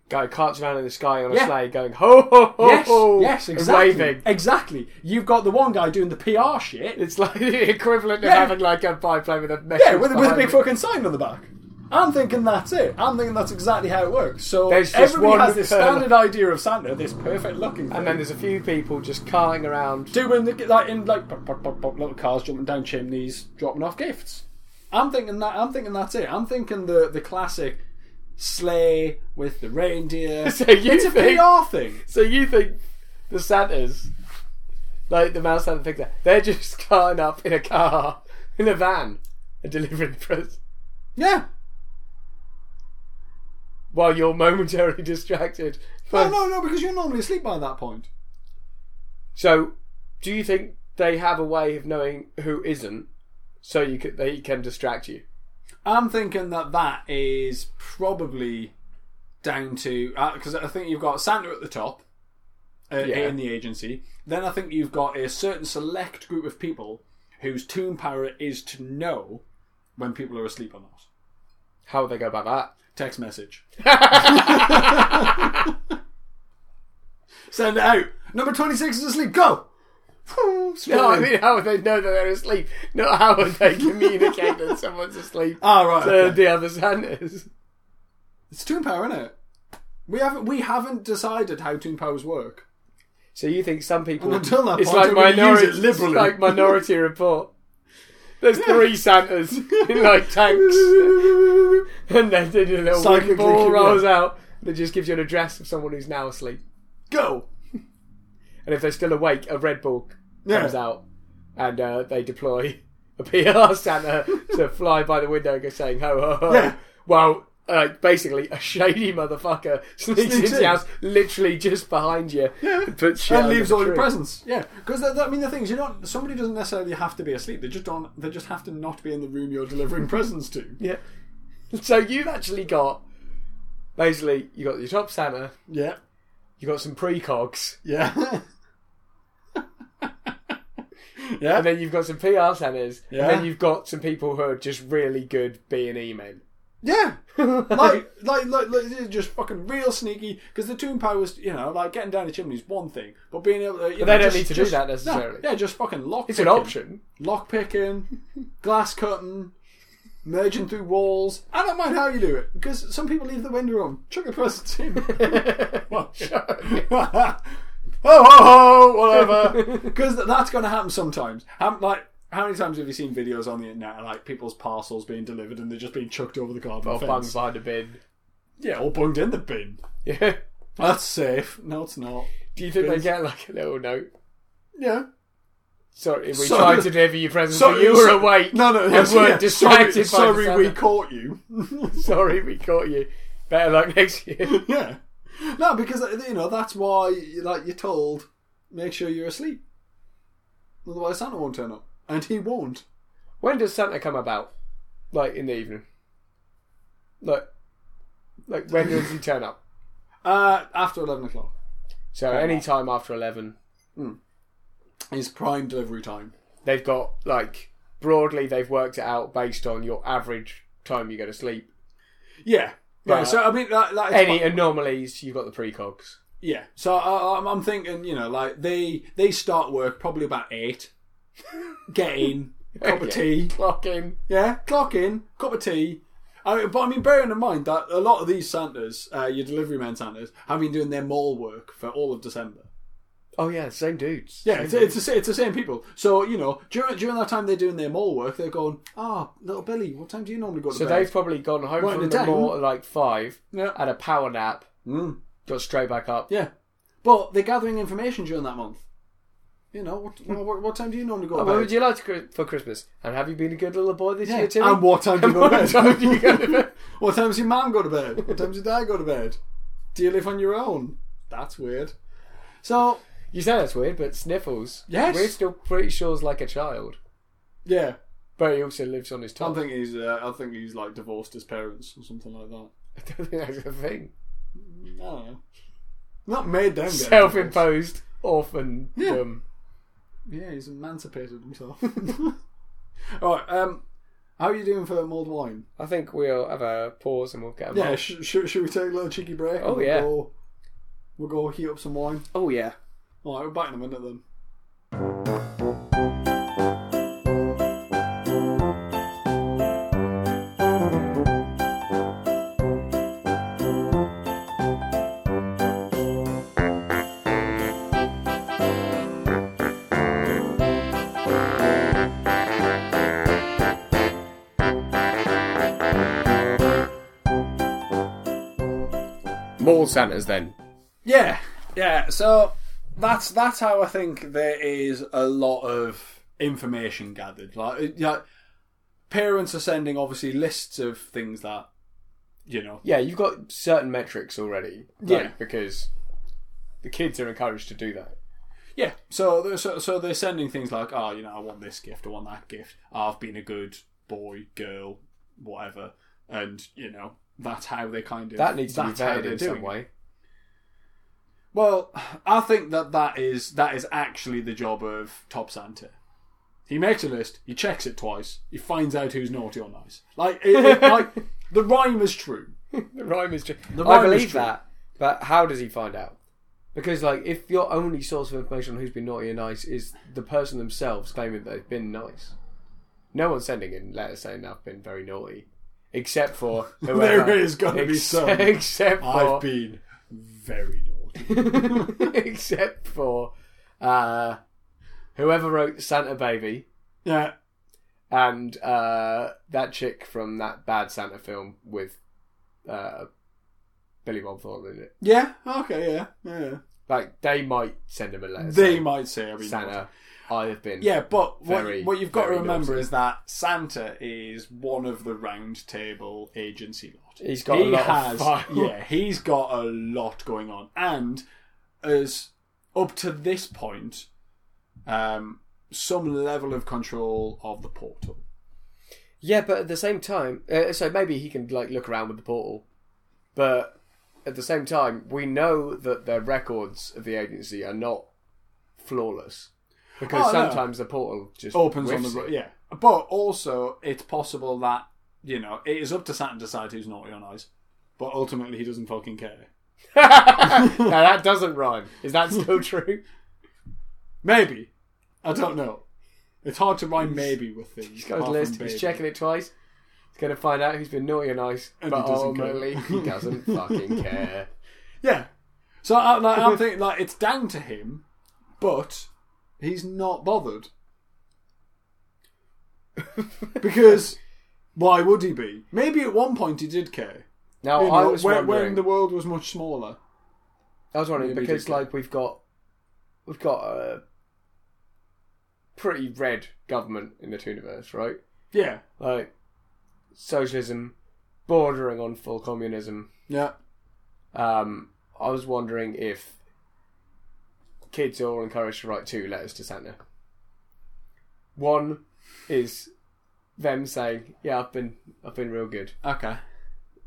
S3: Guy carts around in the sky on a
S1: Yeah.
S3: sleigh going ho ho ho
S1: Yes,
S3: ho
S1: yes,
S3: and
S1: exactly,
S3: waving.
S1: exactly. You've got the one guy doing the PR shit.
S3: It's like (laughs) the equivalent of
S1: Yeah.
S3: having like a biplane with a
S1: Yeah, with, with a big
S3: foot.
S1: fucking sign on the back. I'm thinking that's it. I'm thinking that's exactly how it works. So
S3: There's just
S1: everybody
S3: one
S1: has this
S3: fella.
S1: standard idea of Santa, this perfect looking thing.
S3: And then there's a few people just carting around.
S1: doing the, like in like pop, pop, pop, pop, little cars jumping down chimneys, dropping off gifts. I'm thinking that I'm thinking that's it. I'm thinking the the classic sleigh with the reindeer.
S3: (laughs) So you
S1: it's a
S3: think-
S1: PR thing.
S3: So you think the Santas, like the mouse Santa thing, they're just (laughs) carting up in a car, in a van, and delivering presents
S1: Yeah.
S3: while you're momentarily (laughs) distracted.
S1: Oh
S3: But,
S1: no no because you're normally asleep by that point.
S3: So, do you think they have a way of knowing who isn't, so you can, they can distract you?
S1: I'm thinking that that is probably down to because I think you've got Santa at the top uh,
S3: Yeah.
S1: in the agency. Then I think you've got a certain select group of people whose tune power is to know when people are asleep or not.
S3: How would they go about that?
S1: Text message. Send it out. Number twenty six is asleep. Go.
S3: No, (laughs) I mean, how would they know that they're asleep? Not how would (laughs) they communicate that someone's asleep
S1: All Ah, right.
S3: to
S1: okay.
S3: the other Santas?
S1: It's Toon Power, isn't it? We haven't we haven't decided how Toon Powers work.
S3: So you think some people?
S1: And until that
S3: it's
S1: point, I'm
S3: like
S1: gonna use
S3: minority,
S1: it liberally.
S3: it's like Minority Report. There's
S1: (laughs)
S3: three Santas in like tanks, and then they do a little
S1: Psychically
S3: wooden ball
S1: cute,
S3: rolls out that just gives you an address of someone who's now asleep.
S1: (laughs) Go.
S3: And if they're still awake, a Red Bull
S1: Yeah.
S3: comes out, and uh, they deploy a (laughs) PR Santa to fly by the window, and go saying ho ho ho.
S1: Yeah.
S3: While uh, basically a shady motherfucker (laughs) sneaks,
S1: Sneaks
S3: into
S1: in.
S3: the house, literally just behind you,
S1: Yeah.
S3: and puts shit
S1: and
S3: under
S1: leaves
S3: the
S1: all your
S3: tree.
S1: presents. Yeah, because that, that, I mean the thing is, you don't. Somebody doesn't necessarily have to be asleep. They just don't. They just have to not be in the room you're delivering (laughs) presents to.
S3: Yeah. So you've actually got basically you got your top Santa,
S1: Yeah,
S3: you got some precogs, (laughs)
S1: yeah, yeah.
S3: and then you've got some PR Santas,
S1: Yeah.
S3: and then you've got some people who are just really good B and E men. (laughs)
S1: Yeah, like, like, like, like, it's just fucking real sneaky. Because the Toon Powers, you know, like getting down the chimney is one thing, but being able to, you know,
S3: they don't
S1: just-
S3: need to do
S1: just-
S3: that
S1: no,
S3: necessarily.
S1: yeah, just fucking lock.
S3: It's an option.
S1: Lock picking, glass cutting, merging through walls. I don't mind how you do it because some people leave the window on. Chuck the presents in.
S3: (laughs) well, sure.
S1: ho (laughs) ho ho, whatever.
S3: (laughs)
S1: Because that's going to happen sometimes. How, like, how many times have you seen videos on the internet of, like people's parcels being delivered and they're just being chucked over the garden
S3: Or bang
S1: fence?
S3: behind a bin. (laughs)
S1: Yeah, all bunged in the bin.
S3: Yeah.
S1: That's safe. No, it's not.
S3: Do you think they
S1: Bins.
S3: get like a little note?
S1: Yeah.
S3: Sorry, we
S1: So-
S3: tried to deliver you presents, but you were
S1: so-
S3: awake.
S1: No, no,
S3: and
S1: yes,
S3: weren't
S1: yeah.
S3: distracted. by
S1: Sorry,
S3: the
S1: sorry
S3: sound
S1: we
S3: of-
S1: caught you. (laughs)
S3: sorry, we caught you. Better luck next year. (laughs)
S1: yeah. No, because uh, you know that's why, like you're told, make sure you're asleep. Otherwise, Santa won't turn up, and he won't.
S3: When does Santa come about? Like in the evening. Like, like when does he turn up?
S1: Uh, after eleven o'clock
S3: So any time after eleven,
S1: is prime delivery time.
S3: they've got like broadly they've worked it out based on your average time you go to sleep.
S1: Yeah. Yeah.
S3: Right.
S1: So I mean, like, like
S3: Any anomalies, you've got the precogs.
S1: yeah. So I, I'm, I'm thinking, you know, like they they start work probably about eight. (laughs) Get in, cup of
S3: (laughs) Yeah.
S1: tea.
S3: Clock in.
S1: Yeah, clock in, cup of tea. I mean, but I mean, bearing in mind that a lot of these Santas, uh, your delivery men Santas, have been doing their mall work for all of December.
S3: Oh yeah, same dudes.
S1: Yeah,
S3: Same
S1: it's, it's, the, sa- it's the same people. So, you know, during, during that time they're doing their mall work, they're going, ah, little Billy, what time do you normally go to
S3: So
S1: bed?
S3: they've probably gone home
S1: Right,
S3: from
S1: the
S3: the
S1: day.
S3: mall at like five,
S1: Yeah.
S3: had a power nap,
S1: Mm.
S3: got straight back up.
S1: Yeah. But they're gathering information during that month. You know, what, what, (laughs) what time do you normally go to
S3: What
S1: bed?
S3: would you like to, Chri- for Christmas? And have you been a good little boy this
S1: Yeah.
S3: year, Timmy?
S1: And what time (laughs) do you go to
S3: And what
S1: bed?
S3: time do you go to bed?
S1: (laughs) What time's your mum go to bed? What time's your dad go to bed? Do you live on your own? That's weird. So,
S3: You say that's weird, but Sniffles,
S1: Yes.
S3: we're still pretty sure is like a child,
S1: yeah.
S3: but he also lives on his top.
S1: I think he's. Uh, I think he's like divorced his parents or something like that.
S3: (laughs) I don't think that's a thing.
S1: I don't know. Not made them. get divorced.
S3: Self-imposed orphan.
S1: Yeah, he's emancipated himself. (laughs) All right. Um, how are you doing for mulled wine?
S3: I think we'll have a pause and we'll get a
S1: Yeah.
S3: malt.
S1: Sh- sh- should we take a little cheeky break?
S3: Oh,
S1: We'll
S3: yeah.
S1: Go, we'll go heat up some wine.
S4: Oh yeah.
S1: All right. We're back in a minute then.
S4: Mall Santas then.
S1: Yeah, yeah. So that's that's how I think there is a lot of information gathered. Like, it- yeah, parents are sending obviously lists of things that you know.
S3: Yeah, you've got certain metrics already. like,
S1: Yeah.
S3: because the kids are encouraged to do that.
S1: Yeah. So they're- so so they're sending things like, oh, you know, I want this gift, I want that gift. I've been a good boy, girl, whatever, and you know. That's how they kind of
S3: That needs to be
S1: that's how
S3: vetted
S1: they're
S3: in some
S1: doing it.
S3: way.
S1: Well, I think that that is that is actually the job of Top Santa. He makes a list, he checks it twice, he finds out who's naughty or nice. Like, it,
S3: (laughs)
S1: it- like the rhyme is true.
S3: The rhyme is true.
S1: The
S3: I
S1: rhyme is
S3: believe
S1: true.
S3: that, but how does he find out? Because like, if your only source of information on who's been naughty and nice is the person themselves claiming that they've been nice, no one's sending in letters saying I've been very naughty, except for
S1: (laughs)
S3: whoever.
S1: There is gonna be
S3: Ex-
S1: some.
S3: (laughs) Except for
S1: I've been very naughty.
S3: (laughs) except for uh, whoever wrote Santa Baby
S1: Yeah,
S3: and uh, that chick from that bad Santa film with uh, Billy Bob Thornton in it.
S1: yeah, okay, yeah, yeah.
S3: Like they might send him a letter.
S1: They
S3: saying,
S1: might say I've been naughty.
S3: Santa, I have been.
S1: Yeah, but what,
S3: Very,
S1: what you've got to
S3: very
S1: remember
S3: naughty.
S1: is that Santa is one of the round table agency lot.
S3: he's got a
S1: he
S3: lot
S1: has,
S3: of fire. (laughs)
S1: yeah, he's got a lot going on, and as up to this point, um, some level of control of the portal.
S3: Yeah, but at the same time, uh, so maybe he can like look around with the portal, but at the same time, we know that the records of the agency are not flawless because
S1: Oh, no.
S3: sometimes the portal just
S1: Opens on the
S3: whiffs
S1: ro-
S3: it. (laughs)
S1: yeah, but also it's possible that you know it is up to Satan to decide who's naughty or nice, but ultimately he doesn't fucking care.
S3: now that doesn't rhyme. Is that
S1: (laughs)
S3: still true?
S1: Maybe I don't know. It's hard to rhyme maybe with things.
S3: He's got his list. He's checking it twice. He's going to find out who's been naughty and nice,
S1: And
S3: but
S1: he doesn't care.
S3: ultimately he doesn't
S1: (laughs)
S3: fucking care.
S1: Yeah. So I, like, I'm thinking like it's down to him, but he's not
S3: (laughs)
S1: bothered because why would he be? Maybe at one point he did care.
S3: Now
S1: You
S3: Oh, I
S1: know,
S3: was
S1: when,
S3: wondering,
S1: when the world was much smaller.
S3: I was wondering
S1: Yeah, we
S3: because
S1: did get-
S3: like we've got we've got a pretty red government in the Tooniverse, right?
S1: Yeah.
S3: Like socialism bordering on full communism.
S1: Yeah.
S3: Um, I was wondering if kids are all encouraged to write two letters to Santa. One is them saying, "Yeah, I've been I've been real good."
S1: Okay.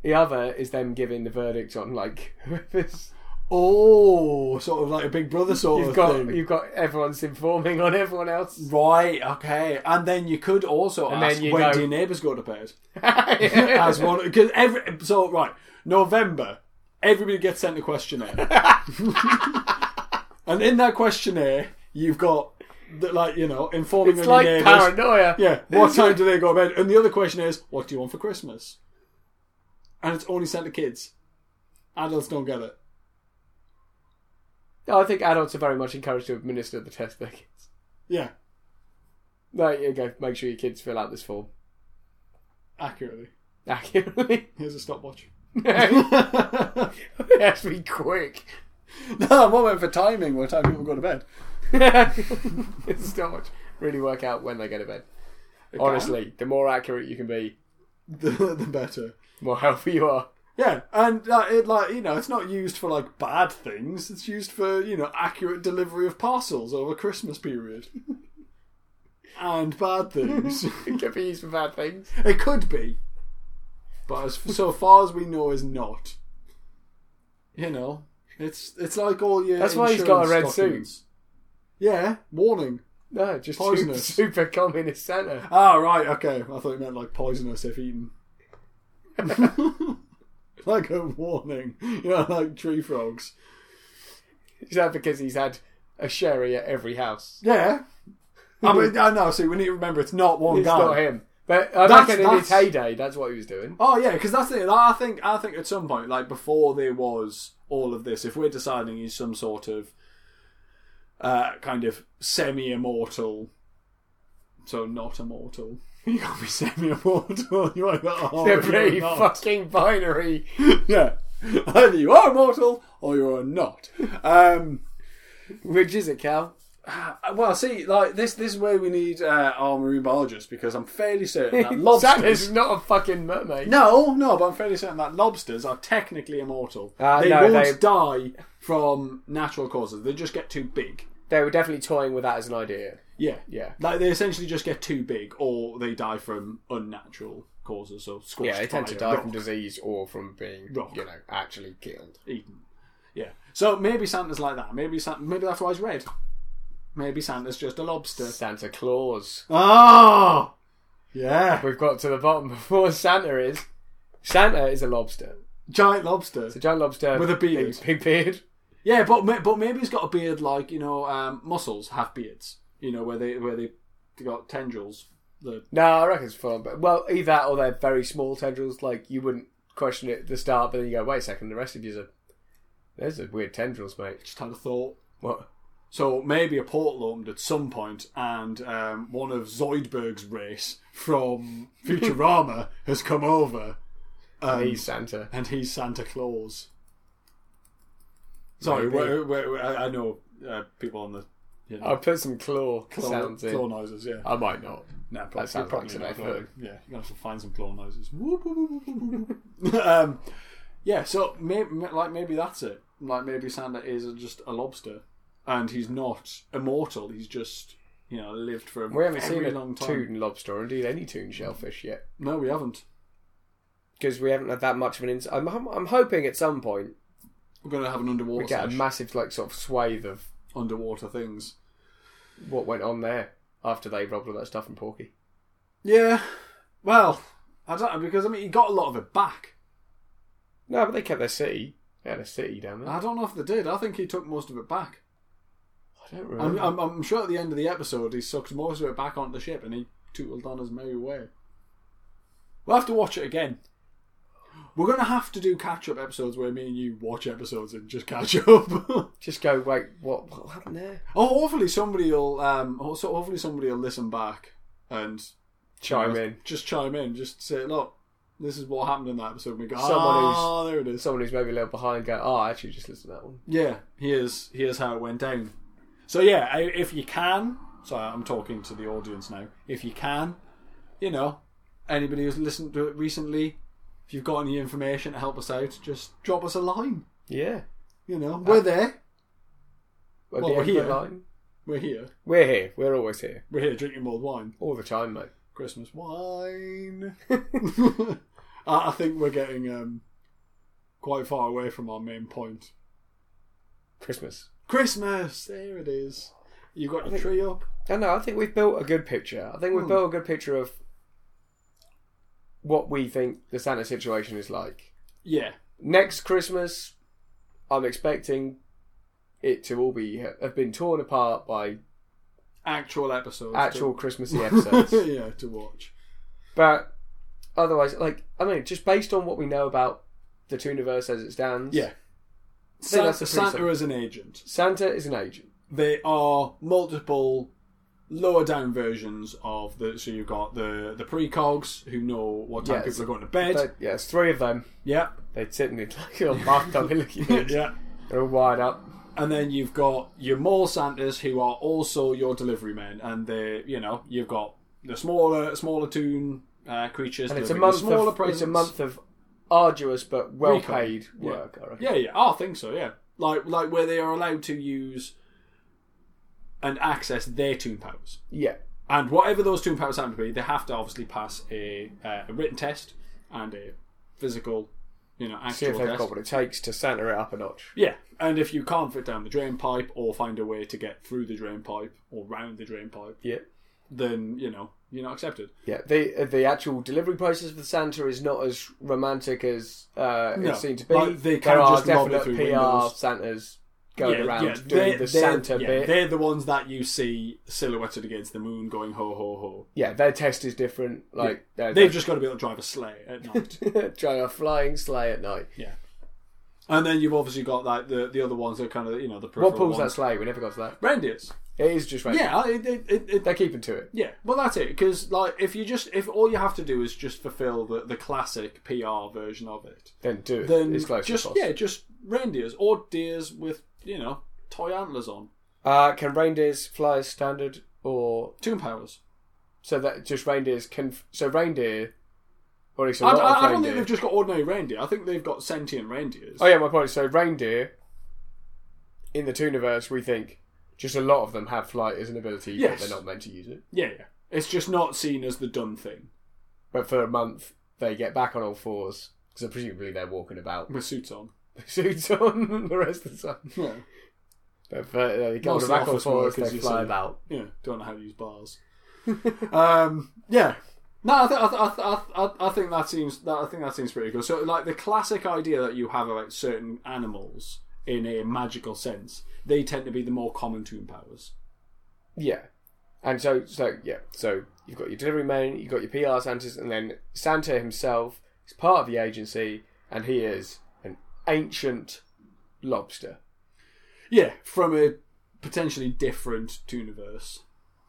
S3: The other is them giving the verdict on like (laughs) whoever's
S1: Oh, sort of like a Big Brother sort
S3: you've
S1: of
S3: got
S1: thing.
S3: you've got everyone's informing on
S1: (laughs)
S3: everyone else. (laughs)
S1: Right, okay. And then you could also
S3: And
S1: ask
S3: then you
S1: when
S3: go-
S1: do your neighbours go to bed? As
S3: As
S1: one, because every so right November, everybody gets sent a (laughs) questionnaire, and in that questionnaire you've got the, like you know informing
S3: it's
S1: on
S3: like
S1: your neighbours.
S3: paranoia.
S1: Yeah, what time do they go to bed? And the other question is, what do you want for Christmas? And it's only sent to kids. Adults don't get it.
S3: No, I think adults are very much encouraged to administer the test their kids.
S1: Yeah,
S3: There you go. Make sure your kids fill out this form (laughs)
S1: accurately.
S3: accurately. (laughs)
S1: Here's a stopwatch. (laughs)
S3: it
S1: no,
S3: has to be quick. (laughs)
S1: I'm not waiting for timing. What time people go to bed?
S3: it's so much. Really work out when they go to bed. Honestly, the more accurate you can be,
S1: the, the better.
S3: the more healthy you are. (laughs)
S1: Yeah, and uh, it like you know, it's not used for like bad things. It's used for you know accurate delivery of parcels over Christmas period. (laughs) and bad things.
S3: (laughs) It can be used for bad things.
S1: it could be, but as so far as we know, is not. You know, it's it's like all your.
S3: That's why he's got a
S1: insurance
S3: red suit.
S1: documents. Yeah, warning.
S3: No, just super,
S1: Poisonous.
S3: super communist Santa.
S1: Ah, right, okay. I thought you meant like poisonous if eaten. (laughs) like a warning. (laughs) You know, like tree frogs.
S3: Is that because he's had a sherry at every house?
S1: Yeah. I mean, I know. See, we need to remember it's not one
S3: Hmm. It's
S1: guy.
S3: not him. But I
S1: That's-
S3: reckon in his
S1: that's-
S3: heyday, that's what he was doing.
S1: Oh yeah, because that's it. I think I think at some point, like before there was all of this, if we're deciding he's some sort of uh, kind of semi-immortal, so not immortal. (laughs) You can't be semi-immortal. (laughs) You either are
S3: They're
S1: or
S3: pretty
S1: you're not.
S3: fucking binary.
S1: (laughs) Yeah, either you are immortal or you are not. Um,
S3: Which is it, Cal?
S1: Uh, Well, see, like this, this is where we need uh, our marine biologists because I'm fairly certain
S3: (laughs)
S1: that Uh,
S3: Santa's
S1: lobsters.
S3: not a fucking mermaid.
S1: No, no, but I'm fairly certain that lobsters are technically immortal.
S3: Uh,
S1: they
S3: no,
S1: won't
S3: they-
S1: die from natural causes. They just get too big.
S3: They were definitely toying with that as an idea.
S1: Yeah,
S3: Yeah.
S1: Like they essentially just get too big, or they die from unnatural causes. So scorched
S3: Yeah, they tend to
S1: fire,
S3: die
S1: rock,
S3: from disease or from being,
S1: Rock.
S3: you know, actually killed.
S1: eaten. Yeah. So maybe Santa's like that. Maybe Santa, maybe that's why he's red. Maybe Santa's just a lobster.
S3: Santa Claus. Ah!
S1: Oh, yeah,
S3: We've got to the bottom (laughs) before Santa is. Santa is a lobster.
S1: giant lobster.
S3: It's a giant lobster
S1: With a beard.
S3: big, big beard.
S1: Yeah, but ma- but maybe he's got a beard like you know um, mussels have beards. You know where they where they they got tendrils. The
S3: No, I reckon it's full on. But well, either that or they're very small tendrils. Like you wouldn't question it at the start, but then you go, wait a second, the rest of you's are those are weird tendrils, mate.
S1: just had a thought.
S3: What?
S1: So maybe a portal opened at some point, and um, one of Zoidberg's race from Futurama has come over, um,
S3: He's Santa.
S1: and he's Santa Claus. Sorry,
S3: Maybe.
S1: where, where, where, I I know uh, people on the you know,
S3: I'll put some claw,
S1: claw,
S3: sounds in.
S1: claw noises. Yeah,
S3: I might not.
S1: No, probably,
S3: That sounds
S1: probably
S3: like
S1: not.
S3: today,
S1: probably.
S3: but-
S1: Yeah, you're gonna have to find some claw noises. Whoop, whoop, whoop, whoop, whoop, whoop. (laughs) um, yeah, so maybe, like maybe that's it. Like maybe Santa is just a lobster, and he's not immortal. He's just you know lived for a
S3: We haven't
S1: very
S3: seen a
S1: long time.
S3: toon lobster or indeed any toon shellfish yet.
S1: No, we haven't.
S3: Because we haven't had that much of an insight. I'm, I'm I'm hoping at some point
S1: We're gonna have an underwater
S3: we get a
S1: sesh.
S3: massive like sort of swathe of
S1: underwater things.
S3: what went on there after they robbed all that stuff from Porky.
S1: Yeah, well, I don't know because I mean he got a lot of it back.
S3: No, but they kept their city. They had a city down there.
S1: I don't know if they did. I think he took most of it back.
S3: I don't
S1: I'm,
S3: remember.
S1: I'm, I'm sure at the end of the episode he sucked most of it back onto the ship and he tootled on his merry way. We'll have to watch it again. We're going to have to do catch up episodes where me and you watch episodes and just catch up. (laughs)
S3: Just go. Wait, what? What happened there?
S1: Oh, hopefully somebody will. Um, also, hopefully somebody will listen back and
S3: Chime in.
S1: Just chime in. Just say, look, this is what happened in that episode. We go,
S3: Someone who's-
S1: ah, there it is.
S3: Someone who's maybe a little behind. Go. Oh, I actually, just listen to that one.
S1: Yeah, here's here's how it went down. So yeah, I- if you can, sorry, I'm talking to the audience now. If you can, you know, anybody who's listened to it recently, if you've got any information to help us out, just drop us a line.
S3: Yeah.
S1: You know, we're there.
S3: At
S1: Well,
S3: the
S1: we're
S3: end of the
S1: here.
S3: line.
S1: We're here.
S3: We're here. We're always here.
S1: We're here drinking mulled wine.
S3: All the time, mate.
S1: Christmas wine. (laughs) I I think we're getting um, quite far away from our main point.
S3: Christmas.
S1: Christmas, there it is. You got your tree up.
S3: No, no, I think we've built a good picture. I think we've
S1: Hmm.
S3: built a good picture of what we think the Santa situation is like.
S1: Yeah,
S3: Next Christmas, I'm expecting it to all be have been torn apart by
S1: actual episodes. to-
S3: actual Christmassy (laughs)
S1: (laughs)
S3: episodes.
S1: yeah, to watch.
S3: but otherwise, like I mean, just based on what we know about the Tooniverse as it stands,
S1: Yeah.
S3: think
S1: Santa,
S3: that's a pretty
S1: Santa
S3: sim-
S1: is an agent.
S3: Santa is an agent.
S1: They are multiple lower down versions of the. So you've got the the precogs who know what time
S3: Yes.
S1: people are going to bed.
S3: But, yeah, it's three of them.
S1: Yep.
S3: They'd sit and they'd (laughs) like all marked up and looking
S1: (laughs)
S3: at
S1: Yeah.
S3: (laughs) They're all wired up.
S1: And then you've got your mall Santas who are also your delivery men, and they, you know, you've got the smaller, smaller tune uh, creatures.
S3: And it's a
S1: delivering
S3: month
S1: the smaller
S3: of it's a
S1: presents.
S3: month of arduous but well paid
S1: Yeah.
S3: work. I reckon.
S1: Yeah, yeah, I think so. Yeah, like like where they are allowed to use and access their tune powers,
S3: yeah,
S1: and whatever those tune powers happen to be, they have to obviously pass a, uh, a written test and a physical, you know,
S3: see
S1: actual
S3: if they've
S1: test.
S3: got what it takes to Santa it up a notch.
S1: Yeah, and if you can't fit down the drain pipe or find a way to get through the drain pipe or round the drain pipe,
S3: Yeah,
S1: then you know you're not accepted.
S3: yeah. The uh, the actual delivery process for Santa is not as romantic as uh,
S1: No.
S3: it's seen to be.
S1: Like, they can
S3: there are
S1: just lob it
S3: definite
S1: through
S3: PR
S1: windows.
S3: Santas going around
S1: they're-
S3: doing the
S1: they're-
S3: Santa
S1: yeah,
S3: bit.
S1: They're the ones that you see silhouetted against the moon, going ho ho ho.
S3: yeah, their test is different. Like uh, they're,
S1: They've just got to be able to drive a sleigh at night.
S3: (laughs) trying a flying sleigh at night.
S1: and then you've obviously got like the the other ones that are kind of you know the peripheral
S3: What pulls that
S1: ones.
S3: sleigh? We never got to that.
S1: Reindeers.
S3: It is just right.
S1: Yeah, I- it, it, it, it,
S3: They're keeping to it.
S1: yeah. Well, that's it. Because like if you just if all you have to do is just fulfill the the classic PR version of it,
S3: Then do it.
S1: then
S3: as close
S1: just
S3: as possible.
S1: yeah, just reindeers or deers with you know toy antlers on,
S3: Uh, can reindeers fly as standard, or
S1: tomb powers.
S3: so that just reindeers can? So reindeer, or at least a
S1: I,
S3: lot
S1: I,
S3: of
S1: I don't
S3: reindeer.
S1: think they've just got ordinary reindeer. I think they've got sentient reindeers.
S3: Oh yeah, my point. is, So reindeer in the Tooniverse, we think just a lot of them have flight as an ability,
S1: Yes.
S3: but they're not meant to use it.
S1: yeah, yeah. It's just not seen as the done thing
S3: But for a month, they get back on all fours because presumably they're walking about (laughs)
S1: with suits on.
S3: with suits on (laughs) the rest of the time.
S1: Yeah,
S3: But for, uh, they go
S1: Mostly
S3: back on
S1: office
S3: fours,
S1: workers,
S3: they
S1: you
S3: fly
S1: see.
S3: about.
S1: yeah. Don't know how to use
S3: (laughs)
S1: bars. um, yeah. No, I, th- I, th- I, th- I, th- I think that seems that I think that seems pretty good. So, like the classic idea that you have about certain animals in a magical sense, they tend to be the more common tomb powers.
S3: Yeah. And so, so yeah, so you've got your delivery man, you've got your PR Santas, and then Santa himself is part of the agency, and he is an ancient lobster.
S1: Yeah, from a potentially different universe.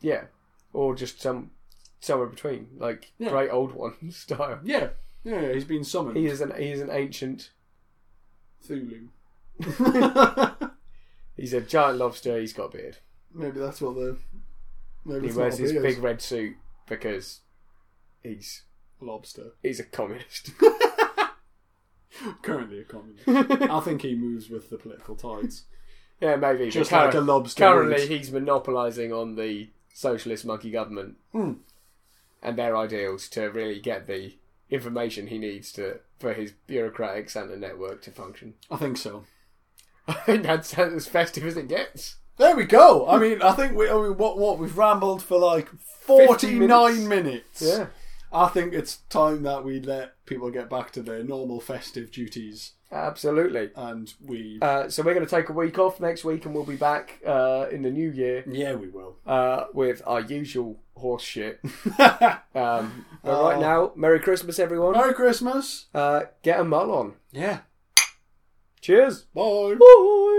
S3: Yeah, or just some somewhere between, like
S1: Yeah.
S3: great old one (laughs) style.
S1: Yeah, yeah, yeah, he's been summoned.
S3: He is an he is an ancient.
S1: Thulu.
S3: (laughs) He's a giant lobster. He's got a beard.
S1: maybe that's what the maybe
S3: He
S1: it's
S3: wears
S1: not
S3: his
S1: beers.
S3: big red suit because he's
S1: lobster.
S3: he's a communist.
S1: Currently a communist. I think he moves with the political tides.
S3: yeah, maybe but
S1: Just
S3: curr-
S1: like a lobster
S3: Currently,
S1: would.
S3: he's monopolising on the socialist monkey government
S1: Hmm.
S3: and their ideals to really get the information he needs to for his bureaucratic Santa network to function. (laughs)
S1: I think so.
S3: I think that's as festive as it gets.
S1: There we go. I mean, I think we. I mean, what what we've rambled for like
S3: 50 minutes.
S1: forty nine minutes.
S3: Yeah.
S1: I think it's time that we let people get back to their normal festive duties,
S3: Absolutely.
S1: and we
S3: Uh, so we're going to take a week off next week, and we'll be back uh, in the new year
S1: yeah we (laughs) will.
S3: uh, with our usual horse shit. (laughs) Um, but right now, Merry Christmas, everyone.
S1: Oh. Merry Christmas.
S3: Uh, get a mull on.
S1: Yeah.
S3: Cheers.
S1: Bye.
S3: Bye.